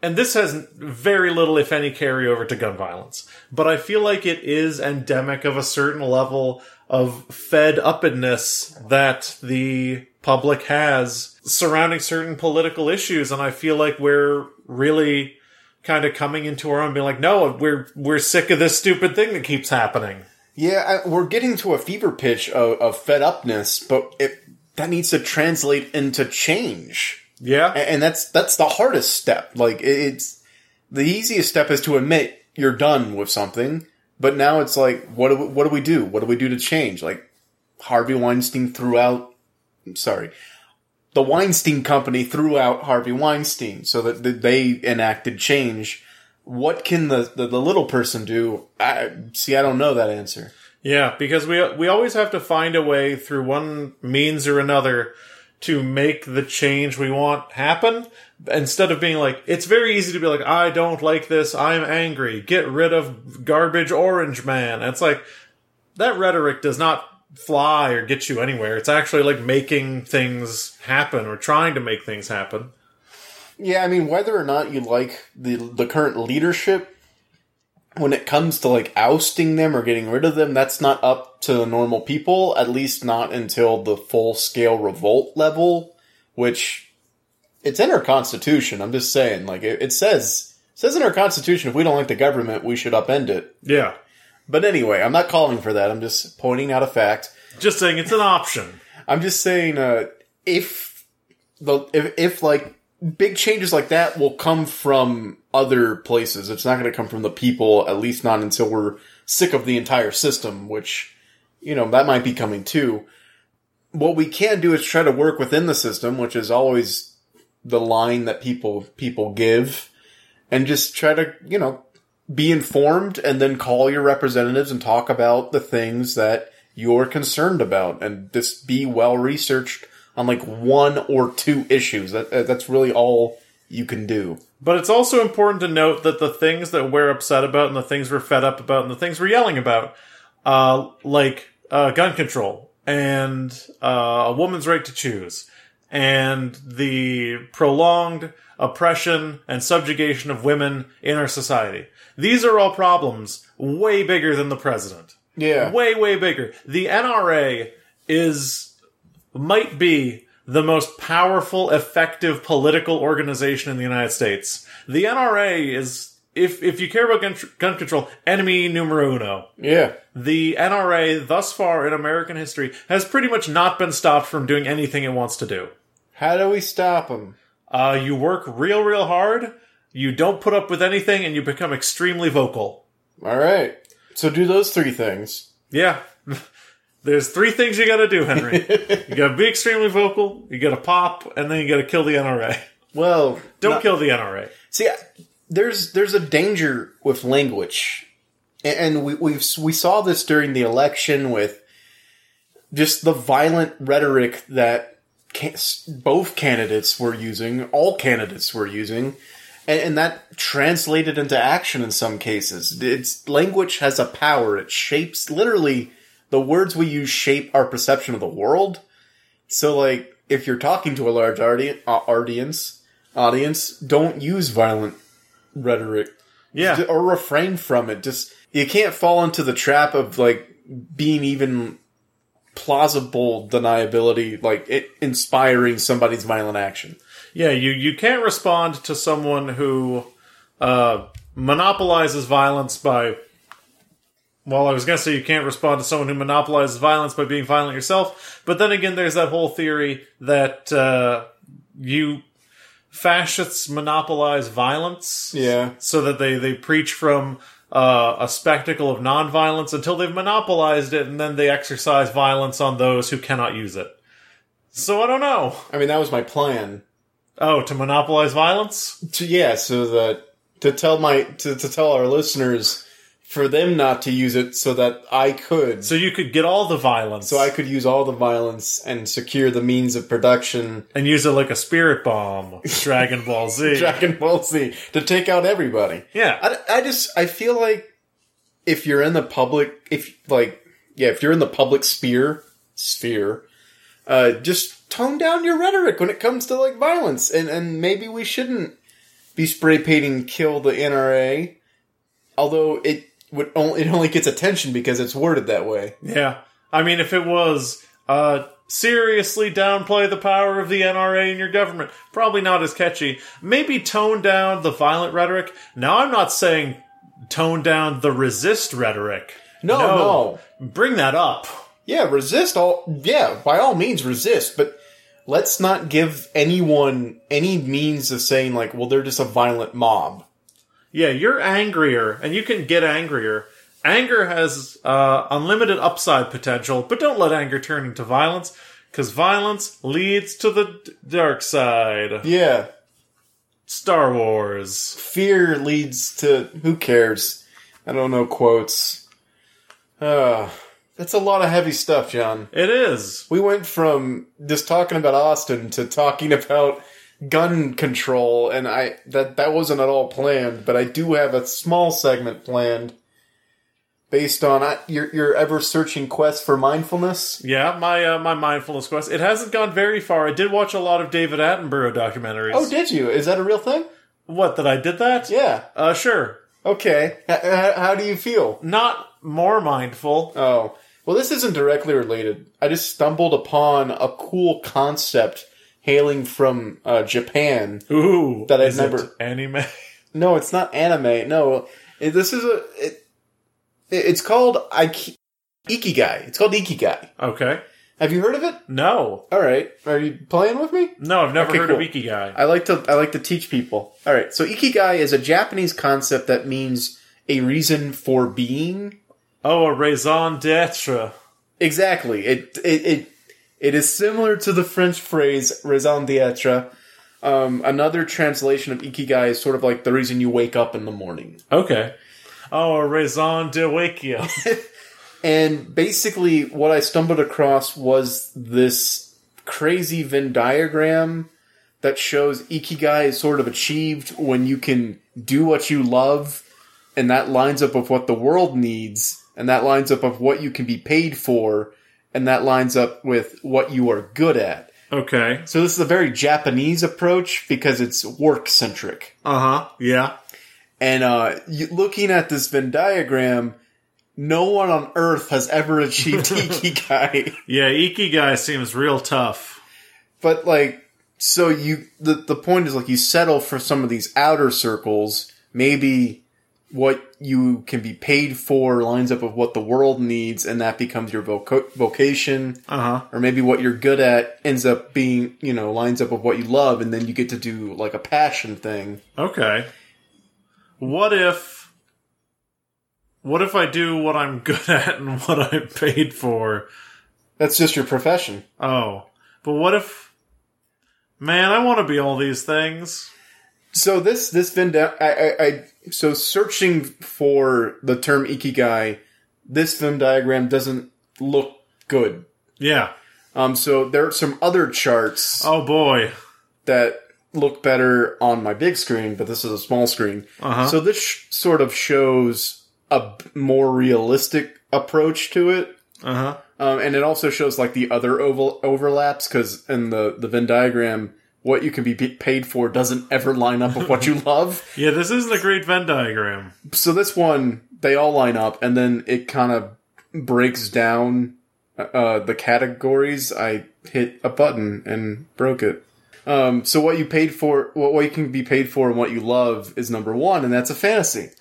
S2: and this has very little, if any, carryover to gun violence. But I feel like it is endemic of a certain level of fed upness that the public has surrounding certain political issues, and I feel like we're really kind of coming into our own, being like, no, we're we're sick of this stupid thing that keeps happening.
S3: yeah I, we're getting to a fever pitch of, of fed upness but it that needs to translate into change
S2: Yeah,
S3: A- and that's that's the hardest step like it- it's the easiest step is to admit you're done with something but now it's like what do we, what do we do what do we do to change like harvey weinstein threw out I'm sorry the weinstein company threw out harvey weinstein so that that they enacted change what can the, the, the little person do i see i don't know that answer
S2: Yeah, because we we always have to find a way through one means or another to make the change we want happen instead of being like it's very easy to be like I don't like this, I'm angry. Get rid of garbage orange man. It's like that rhetoric does not fly or get you anywhere. It's actually like making things happen or trying to make things happen.
S3: Yeah, I mean, whether or not you like the the current leadership, when it comes to like ousting them or getting rid of them, that's not up to the normal people. At least not until the full scale revolt level, which it's in our constitution. I'm just saying, like it, it says it says in our constitution, if we don't like the government, we should upend it.
S2: Yeah.
S3: But anyway, I'm not calling for that. I'm just pointing out a fact.
S2: Just saying it's an option.
S3: I'm just saying, uh, if the if, if like big changes like that will come from other places, it's not going to come from the people. At least not until we're sick of the entire system, which you know that might be coming too. What we can do is try to work within the system, which is always the line that people people give, and just try to you know be informed and then call your representatives and talk about the things that you're concerned about and just be well researched on like one or two issues that uh, that's really all you can do
S2: But it's also important to note that the things that we're upset about and the things we're fed up about and the things we're yelling about, uh, like uh, gun control and uh, a woman's right to choose and the prolonged oppression and subjugation of women in our society. These are all problems way bigger than the president.
S3: yeah
S2: Way, way bigger. The NRA is, might be the most powerful, effective political organization in the United States. The NRA is, if, if you care about gun, gun control, enemy numero uno.
S3: yeah
S2: The NRA, thus far in American history, has pretty much not been stopped from doing anything it wants to do.
S3: how do we stop them
S2: Uh, you work real, real hard you don't put up with anything, and you become extremely vocal.
S3: All right. So do those three things.
S2: Yeah. There's three things you gotta do, Henry. you gotta be extremely vocal, you gotta pop, and then you gotta kill the NRA.
S3: Well,
S2: Don't kill the NRA.
S3: See, I- there's there's a danger with language, A- and we we've, we saw this during the election with just the violent rhetoric that can, both candidates were using, all candidates were using, and, and that translated into action in some cases. It's language has a power; it shapes literally the words we use shape our perception of the world. So, like, if you're talking to a large audi- uh, audience, audience, don't use violent rhetoric
S2: Yeah.
S3: or refrain from it. Just you can't fall into the trap of like being even plausible deniability, like it inspiring somebody's violent action.
S2: Yeah, you, you can't respond to someone who uh, monopolizes violence by. Well, I was gonna say you can't respond to someone who monopolizes violence by being violent yourself, but then again, there's that whole theory that uh, you fascists monopolize violence.
S3: Yeah.
S2: so that they they preach from uh, a spectacle of nonviolence until they've monopolized it, and then they exercise violence on those who cannot use it. So I don't know.
S3: I mean, that was my plan.
S2: Oh, to monopolize violence?
S3: To, yeah, so that to tell my to, to tell our listeners for them not to use it, so that I could.
S2: So you could get all the violence,
S3: So I could use all the violence and secure the means of production.
S2: and use it like a spirit bomb, Dragon Ball Z.
S3: Dragon Ball Z to take out everybody.
S2: yeah,
S3: I, I just I feel like if you're in the public, if like yeah, if you're in the public sphere, sphere, uh, just tone down your rhetoric when it comes to like violence, and and maybe we shouldn't be spray painting kill the NRA, although it would only it only gets attention because it's worded that way.
S2: yeah. I mean, if it was uh, seriously downplay the power of the NRA in your government, probably not as catchy. Maybe tone down the violent rhetoric. Now, I'm not saying tone down the resist rhetoric.
S3: No, no.
S2: bring that up.
S3: Yeah, resist all. Yeah, by all means, resist. But let's not give anyone any means of saying like, well, they're just a violent mob.
S2: Yeah, you're angrier, and you can get angrier. Anger has uh, unlimited upside potential, but don't let anger turn into violence, because violence leads to the d- dark side.
S3: Yeah,
S2: Star Wars.
S3: fear leads to who cares. I don't know quotes. Uh, that's a lot of heavy stuff, John.
S2: It is.
S3: We went from just talking about Austin to talking about gun control, and I that that wasn't at all planned. But I do have a small segment planned based on I, your your ever searching quest for mindfulness.
S2: Yeah, my uh, my mindfulness quest. It hasn't gone very far. I did watch a lot of David Attenborough documentaries.
S3: Oh, did you? Is that a real thing?
S2: what? That I did that?
S3: Yeah.
S2: Uh, sure.
S3: Okay. H- h- how do you feel?
S2: Not more mindful.
S3: Oh. Well, this isn't directly related. I just stumbled upon a cool concept hailing from uh, Japan.
S2: Ooh,
S3: That I'd
S2: is it
S3: never-
S2: anime.
S3: No, it's not anime. No, it, this is a. It, it- it's called Ike, Ikigai. It's called Ikigai.
S2: okay.
S3: Have you heard of it?
S2: No,
S3: All right. Are you playing with me?
S2: no, I've never
S3: Okay,
S2: heard
S3: cool.
S2: of Ikigai.
S3: I like to I like to teach people. All right, so ikigai is a Japanese concept that means a reason for being.
S2: Oh, a raison d'etre.
S3: Exactly. It it it, it is similar to the French phrase raison d'être. Um, another translation of ikigai is sort of like the reason you wake up in the morning.
S2: Okay. Oh, a raison de wakio.
S3: And basically, what I stumbled across was this crazy Venn diagram that shows ikigai is sort of achieved when you can do what you love, and that lines up with what the world needs, and that lines up with what you can be paid for, and that lines up with what you are good at.
S2: okay.
S3: So this is a very Japanese approach because it's work centric.
S2: Uh huh. Yeah.
S3: And uh, you, looking at this Venn diagram, no one on Earth has ever achieved ikigai.
S2: Yeah, Ikigai seems real tough.
S3: But like, so you the the point is like you settle for some of these outer circles. Maybe what you can be paid for lines up with what the world needs, and that becomes your voc- vocation.
S2: Uh huh.
S3: Or maybe what you're good at ends up being, you know, lines up with what you love, and then you get to do like a passion thing.
S2: Okay. what if what if I do what I'm good at and what I'm paid for?
S3: That's just your profession.
S2: Oh, but what if man, I want to be all these things.
S3: So this this vendetta, I, I, I so searching for the term ikigai, this Venn diagram doesn't look good.
S2: Yeah.
S3: Um, so there are some other charts
S2: Oh boy.
S3: that look better on my big screen, but this is a small screen.
S2: Uh-huh.
S3: So this sh- sort of shows a b- more realistic approach to it.
S2: Uh-huh.
S3: Um, and it also shows like the other oval overlaps because in the, the Venn diagram, what you can be p- paid for doesn't ever line up with what you love.
S2: Yeah, this isn't a great Venn diagram.
S3: So this one, they all line up, and then it kind of breaks down uh, the categories. I hit a button and broke it. Um, so what you paid for, what, what you can be paid for, and what you love is number one, and that's a fantasy,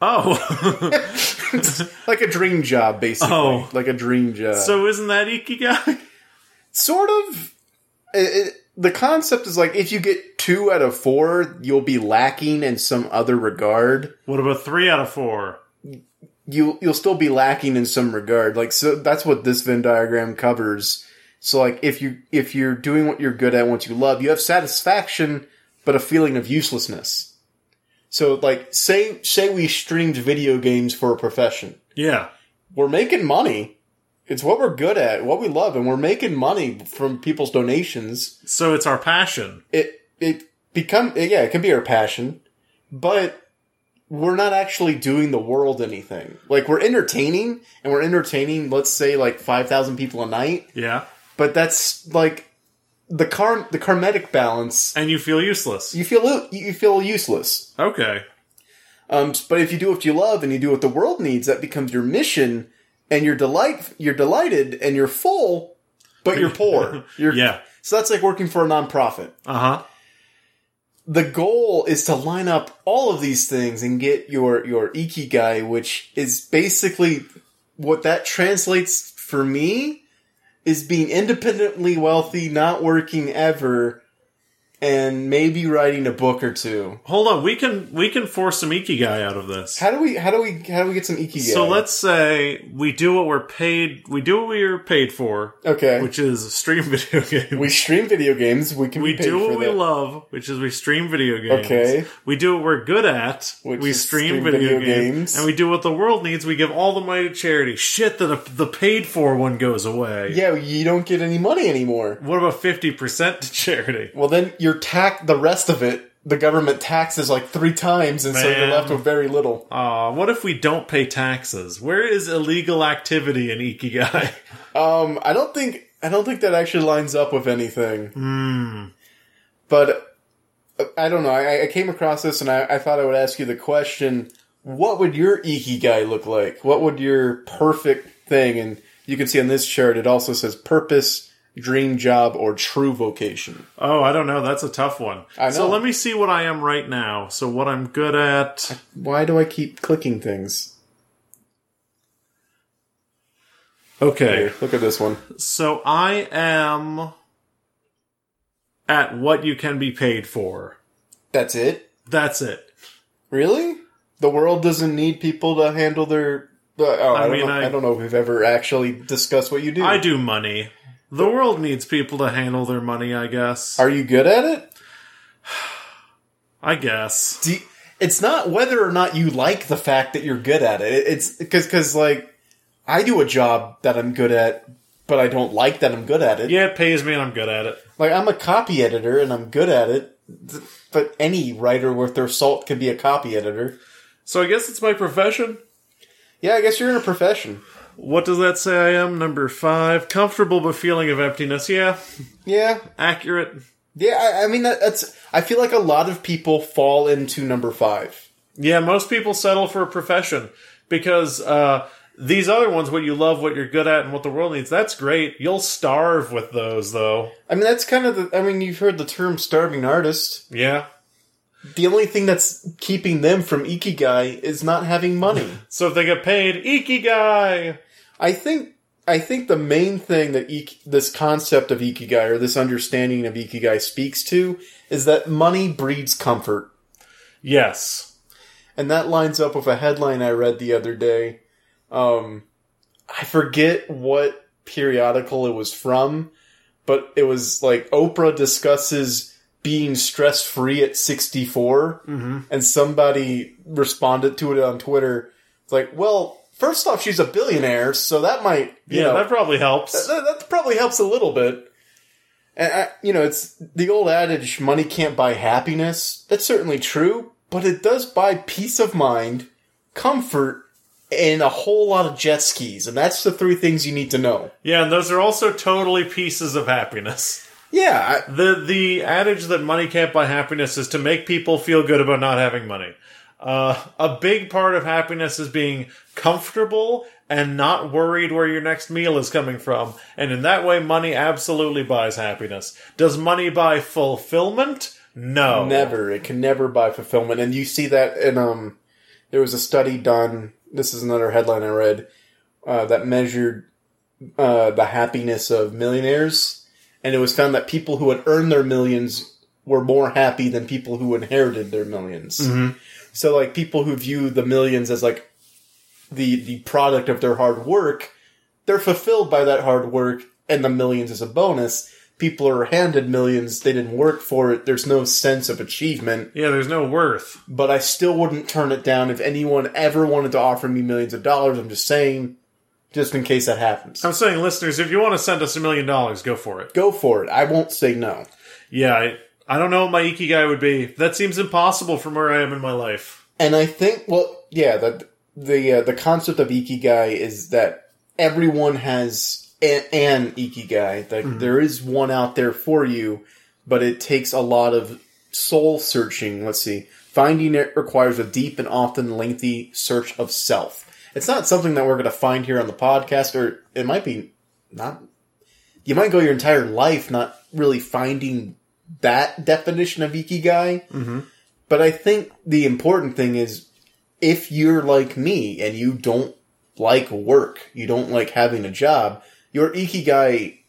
S2: Oh.
S3: like a dream job, basically,
S2: Oh.
S3: like a dream job.
S2: so isn't that ikigai?
S3: sort of it, it, the concept is like if you get two out of four you'll be lacking in some other regard
S2: What about 3 out of 4?
S3: you you'll still be lacking in some regard like so that's what this venn diagram covers so like if you if you're doing what you're good at and what you love you have satisfaction but a feeling of uselessness so like say say we streamed video games for a profession
S2: Yeah.
S3: we're making money it's what we're good at what we love and we're making money from people's donations
S2: So it's our passion.
S3: it it become yeah it can be our passion but we're not actually doing the world anything like we're entertaining and we're entertaining let's say like 5000 people a night
S2: Yeah.
S3: but that's like the karm the karmic balance
S2: And you feel useless.
S3: you feel you feel useless
S2: Okay.
S3: um but if you do what you love and you do what the world needs that becomes your mission and you're delight you're delighted and you're full but you're poor you're
S2: Yeah.
S3: so that's like working for a nonprofit
S2: Uh-huh.
S3: the goal is to line up all of these things and get your your ikigai which is basically what that translates for me is being independently wealthy not working ever and maybe writing a book or two
S2: Hold on, we can we can force some ikigai out of this.
S3: how do we how do we how do we get some ikigai
S2: So let's say we do what we're paid. We do what we are paid for,
S3: okay
S2: which is stream video games.
S3: we stream video games we can
S2: We
S3: be paid
S2: do
S3: for
S2: what we
S3: that.
S2: love, which is we stream video games.
S3: Okay.
S2: We do what we're good at.
S3: Which
S2: we
S3: is
S2: stream, video, games. and we do what the world needs. We give all the money to charity. Shit, that the paid for one goes away.
S3: yeah you don't get any money anymore
S2: What about fifty percent to charity?
S3: well then your tax the rest of it the government taxes like three times and so you're
S2: Man.
S3: left with very little
S2: Uh, what if we don't pay taxes? Where is illegal activity in ikigai?
S3: Um, I don't think I don't think that actually lines up with anything.
S2: Hmm.
S3: But uh, I don't know. I, I came across this and I, I thought I would ask you the question: What would your ikigai look like? What would your perfect thing? And you can see on this chart, it also says purpose, dream job, or true vocation.
S2: Oh, I don't know. That's a tough one.
S3: I
S2: So
S3: know.
S2: let me see what I am right now. So what I'm good at.
S3: Why do I keep clicking things?
S2: Okay.
S3: Here, look at this one.
S2: So I am at what you can be paid for.
S3: That's it.
S2: That's it.
S3: Really? The world doesn't need people to handle their. Uh, oh, I,
S2: I
S3: don't
S2: mean,
S3: know,
S2: I-
S3: I, don't know if we've ever actually discussed what you do.
S2: I do money. The world needs people to handle their money, I guess.
S3: Are you good at it?
S2: I guess.
S3: Do you- it's not whether or not you like the fact that you're good at it. It- It's because because like I do a job that I'm good at, but I don't like that I'm good at it.
S2: Yeah, it pays me and I'm good at it.
S3: Like I'm a copy editor and I'm good at it, th- but any writer worth their salt can be a copy editor.
S2: So I guess it's my profession.
S3: Yeah, I guess you're in a profession.
S2: What does that say I am? Number five. Comfortable but feeling of emptiness. Yeah.
S3: Yeah,
S2: Accurate.
S3: yeah. I, I mean that, that's. I feel like a lot of people fall into number five.
S2: Yeah, most people settle for a profession because uh, these other ones, what you love, what you're good at, and what the world needs, that's great. You'll starve with those, though.
S3: I mean that's kind of the. I mean you've heard the term starving artist.
S2: Yeah.
S3: The only thing that's keeping them from ikigai is not having money.
S2: So if they get paid, ikigai.
S3: I think I think the main thing that ik- this concept of ikigai or this understanding of ikigai speaks to is that money breeds comfort,
S2: Yes.
S3: and that lines up with a headline I read the other day. Um, I forget what periodical it was from, but it was like Oprah discusses being stress free at 64,
S2: Mm-hmm.
S3: and somebody responded to it on Twitter. It's like, well, first off, she's a billionaire, so that might, you
S2: Yeah,
S3: know,
S2: that probably
S3: that,
S2: helps.
S3: that- that probably helps a little bit. And I, you know, it's the old adage, money can't buy happiness. That's certainly true, but it does buy peace of mind, comfort, and a whole lot of jet skis. And that's the three things you need to know.
S2: Yeah, and those are also totally pieces of happiness.
S3: Yeah. I,
S2: the the adage that money can't buy happiness is to make people feel good about not having money. Uh, a big part of happiness is being comfortable and not worried where your next meal is coming from. And in that way, money absolutely buys happiness. Does money buy fulfillment? No.
S3: never. It can never buy fulfillment. And you see that in, um, there was a study done. This is another headline I read, uh, that measured, uh, the happiness of millionaires. And it was found that people who had earned their millions were more happy than people who inherited their 1000000s So like people who view the millions as like the, the product of their hard work, they're fulfilled by that hard work and the millions is a bonus. People are handed millions. They didn't work for it. There's no sense of achievement
S2: Yeah, there's no worth.
S3: but I still wouldn't turn it down if anyone ever wanted to offer me millions of dollars. I'm just saying, just in case that happens.
S2: I'm saying, listeners, if you want to send us a million dollars, go for it.
S3: Go for it. I won't say no.
S2: Yeah, I, I don't know what my ikigai would be. That seems impossible from where I am in my life.
S3: And I think, well, yeah, the the uh, the concept of ikigai is that everyone has a- an ikigai. Like there is one out there for you, but it takes a lot of soul searching. Let's see, finding it requires a deep and often lengthy search of self. It's not something that we're going to find here on the podcast, or it might be not. You might go your entire life not really finding that definition of ikigai. But I think the important thing is if you're like me and you don't like work, you don't like having a job, your ikigai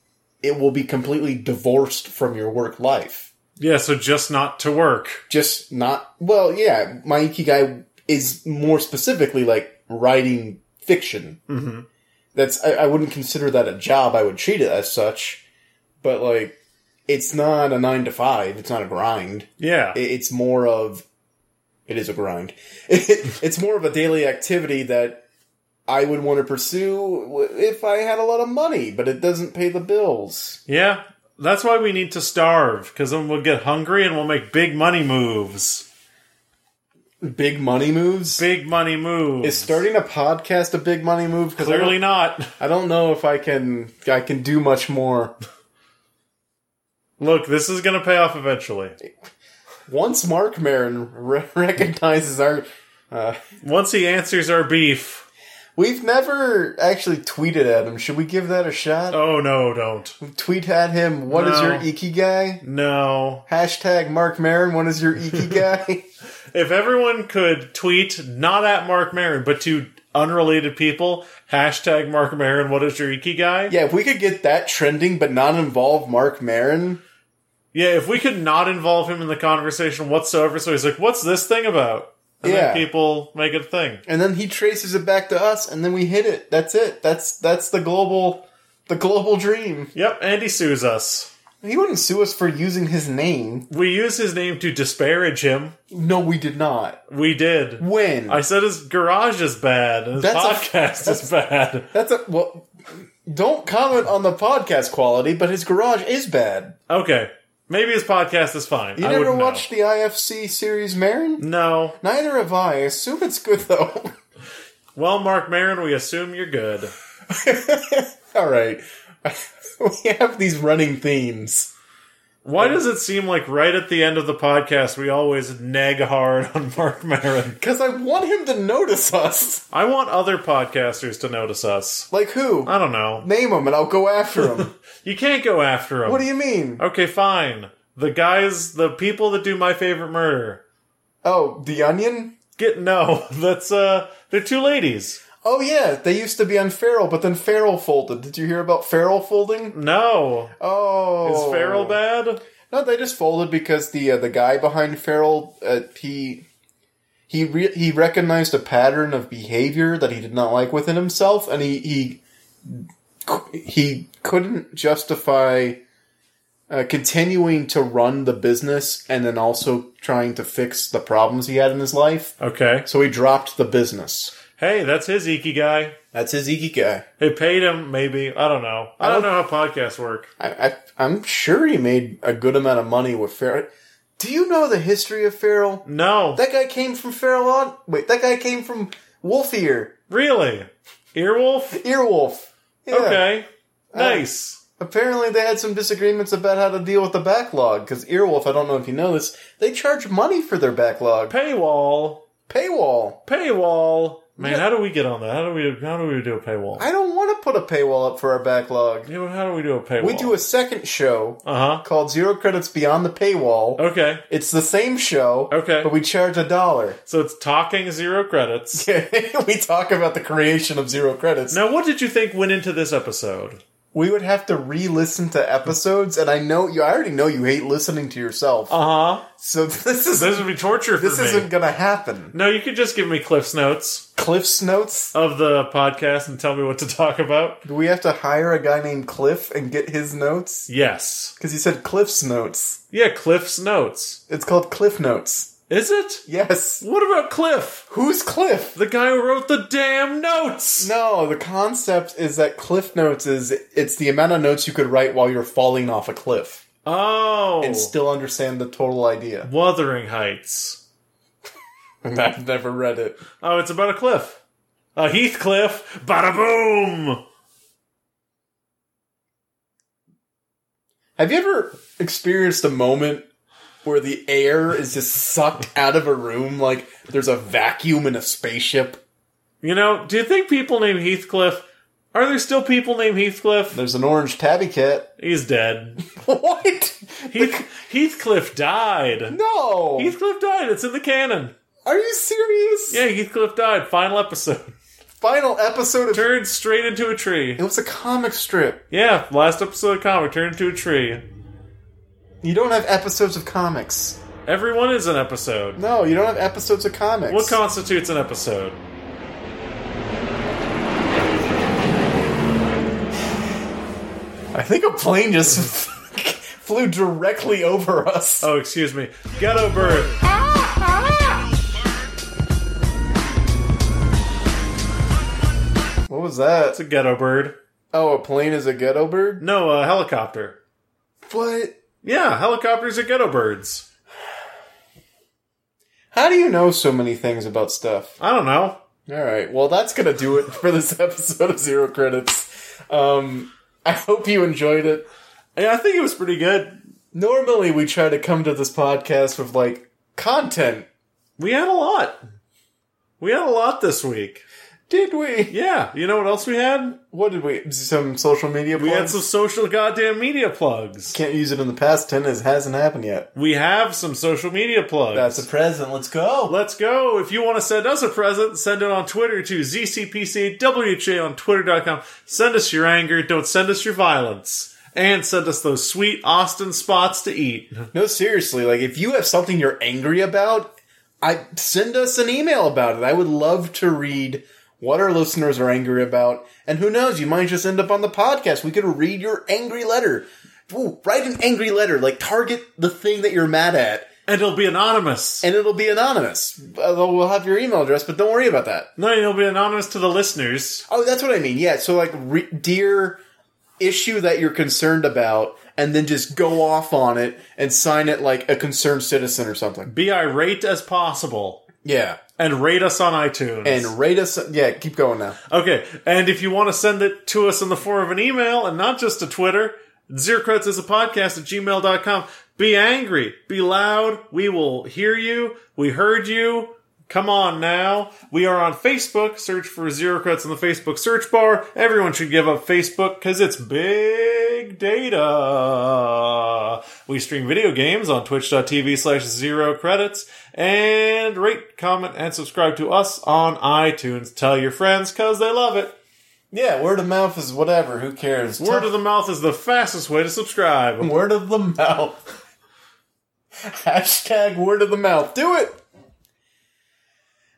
S3: it will be completely divorced from your work life.
S2: Yeah, so just not to work.
S3: Just not well, yeah, my ikigai is more specifically like writing fiction. Mm-hmm. That's I, I wouldn't consider that a job. I would treat it as such, but like it's not a nine to five. It's not a grind
S2: Yeah.
S3: it- it's more of it is a grind it's more of a daily activity that i would want to pursue w- if i had a lot of money but it doesn't pay the bills
S2: Yeah, that's why we need to starve, because then we'll get hungry and we'll make big money moves.
S3: big money moves
S2: Big money moves.
S3: is starting a podcast a big money move because I,
S2: Clearly
S3: don't-
S2: not.
S3: I don't know if i can i can do much more
S2: Look, this is going to pay off eventually.
S3: once mark marin re- recognizes our uh,
S2: Once he answers our beef.
S3: we've never actually tweeted at him should we give that a shot
S2: Oh, no, don't.
S3: tweet at him What is
S2: No.
S3: your ikigai
S2: No.
S3: Hashtag Mark Marin, what is your ikigai?
S2: If everyone could tweet, not at Mark Marin, but to unrelated people, hashtag Mark Marin, what is your ikigai?
S3: yeah, if we could get that trending but not involve Mark Marin,
S2: Yeah, if we could not involve him in the conversation whatsoever, so he's like, what's this thing about? And
S3: Yeah.
S2: then people make it a thing.
S3: and then he traces it back to us and then we hit it. That's it. That's that's the global the global dream.
S2: Yep, Andy sues us.
S3: He wouldn't sue us for using his name.
S2: We use his name to disparage him.
S3: No, we did not.
S2: We did.
S3: When?
S2: I said his garage is bad. and His
S3: That's a-
S2: podcast is bad.
S3: that's a well don't comment on the podcast quality, but his garage is bad.
S2: Okay, maybe his podcast is fine.
S3: You
S2: I
S3: never
S2: wouldn't know.
S3: watched the IFC series Marin?
S2: No.
S3: Neither have I. I assume it's good though.
S2: Well, Mark Marin, we assume you're good.
S3: All right. we have these running themes.
S2: Why does it seem like right at the end of the podcast we always nag hard on Mark Marin?
S3: Because I want him to notice us.
S2: I want other podcasters to notice us.
S3: Like who?
S2: I don't know.
S3: Name him and I'll go after him.
S2: You can't go after him.
S3: what do you mean?
S2: okay, fine. The guys, the people that do my favorite murder.
S3: Oh, The Onion?
S2: Get no. That's uh they're two ladies.
S3: Oh, yeah, they used to be on Feral, but then Feral folded. Did you hear about Feral folding?
S2: No.
S3: Oh.
S2: Is Farrell bad?
S3: No, they just folded because the uh, the guy behind Feral, uh, he. he re- he recognized a pattern of behavior that he did not like within himself, and he he he couldn't justify uh, continuing to run the business and then also trying to fix the problems he had in his life.
S2: Okay.
S3: So he dropped the business.
S2: Hey, that's his ikigai.
S3: That's his ikigai.
S2: They paid him, maybe. I don't know. I don't know how podcasts work.
S3: I, I I'm sure he made a good amount of money with Farrell. Do you know the history of Farrell?
S2: No.
S3: That guy came from Feral on. Wait, that guy came from Wolf Ear.
S2: really? Earwolf?
S3: Earwolf. Yeah. Uh,
S2: Okay. Nice.
S3: Apparently, they had some disagreements about how to deal with the backlog, because Earwolf, I don't know if you know this, they charge money for their backlog.
S2: Paywall.
S3: Paywall.
S2: Paywall. Man, how do we get on that? How do we how do we do a paywall?
S3: I don't want to put a paywall up for our backlog.
S2: Yeah, how do we do a paywall?
S3: We do a second show
S2: Uh-huh.
S3: called Zero Credits Beyond the Paywall.
S2: Okay.
S3: It's the same show,
S2: Okay.
S3: but we charge a dollar.
S2: So it's talking zero credits.
S3: we talk about the creation of Zero Credits.
S2: Now, what did you think went into this episode?
S3: We would have to re-listen to episodes, and I know you. I already know you hate listening to yourself,
S2: Uh huh.
S3: so this is
S2: This
S3: Uh-huh. this,
S2: would be torture for me.
S3: isn't gonna happen.
S2: No, you could just give me Cliff's notes
S3: Cliff's notes.
S2: of the podcast and tell me what to talk about.
S3: Do we have to hire a guy named Cliff and get his notes?
S2: Yes.
S3: Because he said Cliff's notes.
S2: Yeah, Cliff's notes.
S3: It's called Cliff Notes.
S2: Is it?
S3: Yes.
S2: What about Cliff?
S3: Who's Cliff?
S2: The guy who wrote the damn notes!
S3: No, the concept is that Cliff Notes is it's the amount of notes you could write while you're falling off a cliff
S2: Oh.
S3: and still understand the total idea.
S2: Wuthering Heights.
S3: And I've never read it.
S2: Oh, it's about a cliff. A Heath cliff. Bada boom!
S3: Have you ever experienced a moment where the air is just sucked out of a room like there's a vacuum in a spaceship?
S2: You know, do you think people named Heathcliff. Are there still people named Heathcliff?
S3: There's an orange tabby cat.
S2: He's dead.
S3: what?
S2: Heath, Heathcliff died.
S3: No.
S2: Heathcliff died. It's in the canon.
S3: Are you serious?
S2: Yeah, Heathcliff died. Final episode.
S3: Final episode of
S2: Turned straight into a tree.
S3: It was a comic strip.
S2: Yeah, last episode of comic turned into a tree.
S3: You don't have episodes of comics.
S2: Everyone is an episode.
S3: No, you don't have episodes of comics.
S2: What constitutes an episode?
S3: I think a plane just flew directly over us.
S2: Oh, excuse me. Ghetto bird.
S3: What was that?
S2: It's a ghetto bird.
S3: Oh, a plane is a ghetto bird?
S2: No, a helicopter.
S3: What?
S2: Yeah, helicopters are ghetto birds.
S3: How do you know so many things about stuff?
S2: I don't know.
S3: All right. Well, that's going to do it for this episode of Zero Credits. Um, I hope you enjoyed it.
S2: Yeah, I think it was pretty good.
S3: Normally, we try to come to this podcast with like content.
S2: We had a lot. We had a lot this week.
S3: Did we?
S2: Yeah, you know what else we had?
S3: What did we? Some social media.
S2: We had
S3: plugs?
S2: some social goddamn media plugs.
S3: Can't use it in the past tense. It hasn't happened yet.
S2: We have some social media plugs.
S3: That's a present. Let's go.
S2: Let's go. If you want to send us a present, send it on Twitter to ZCPCWJ on Twitter.com. Send us your anger. Don't send us your violence. And send us those sweet Austin spots to eat.
S3: No, seriously. Like, if you have something you're angry about, I send us an email about it. I would love to read what our listeners are angry about, and who knows, you might just end up on the podcast. We could read your angry letter. Ooh, write an angry letter. Like, target the thing that you're mad at,
S2: And it'll be anonymous.
S3: and it'll be anonymous. Although we'll have your email address, but don't worry about that.
S2: No, it'll be anonymous to the listeners.
S3: Oh, that's what I mean. Yeah. So like, re- dear issue that you're concerned about, and then just go off on it and sign it like a concerned citizen or something.
S2: Be irate as possible.
S3: Yeah.
S2: And rate us on iTunes.
S3: And rate us. Yeah. Keep going now.
S2: Okay, and if you want to send it to us in the form of an email and not just a Twitter, Zerocrets is a podcast at gmail.com. Be angry, be loud, we will hear you, we heard you. Come on now. We are on Facebook. Search for Zerocrets in the Facebook search bar. Everyone should give up Facebook because it's big data. We stream video games on twitch.tv slash zero credits and rate, comment, and subscribe to us on iTunes. Tell your friends because they love it.
S3: Yeah. Word of mouth is whatever. Who cares?
S2: Word of the mouth is the fastest way to subscribe.
S3: word of the mouth. Hashtag word of the mouth. Do it.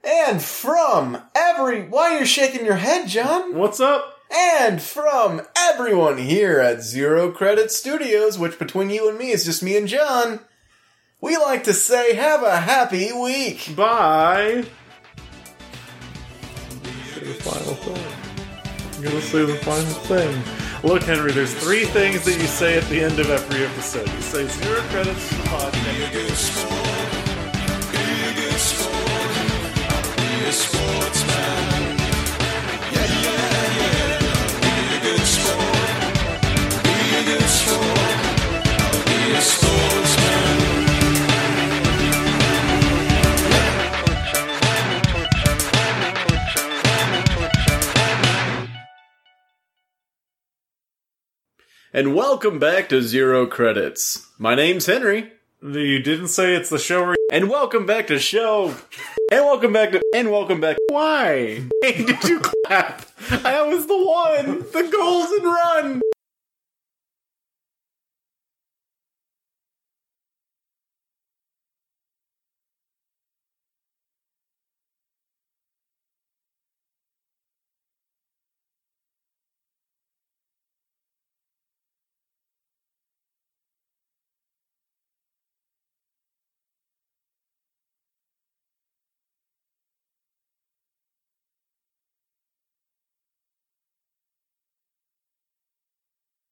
S4: And from every. Why you're shaking your head, John?
S2: What's up?
S4: And from everyone here at Zero Credit Studios, which between you and me is just me and John, we like to say have a happy week.
S2: Bye. The final thing. I'm gonna say the final thing. Look, Henry, there's three things that you say at the end of every episode. You say zero credits to the podcast.
S3: And welcome back to Zero Credits. My name's Henry.
S2: You didn't say it's the show where
S3: And welcome back to show. And welcome back to. And welcome back. Why? Hey, did you clap? I was the one. The goals and run.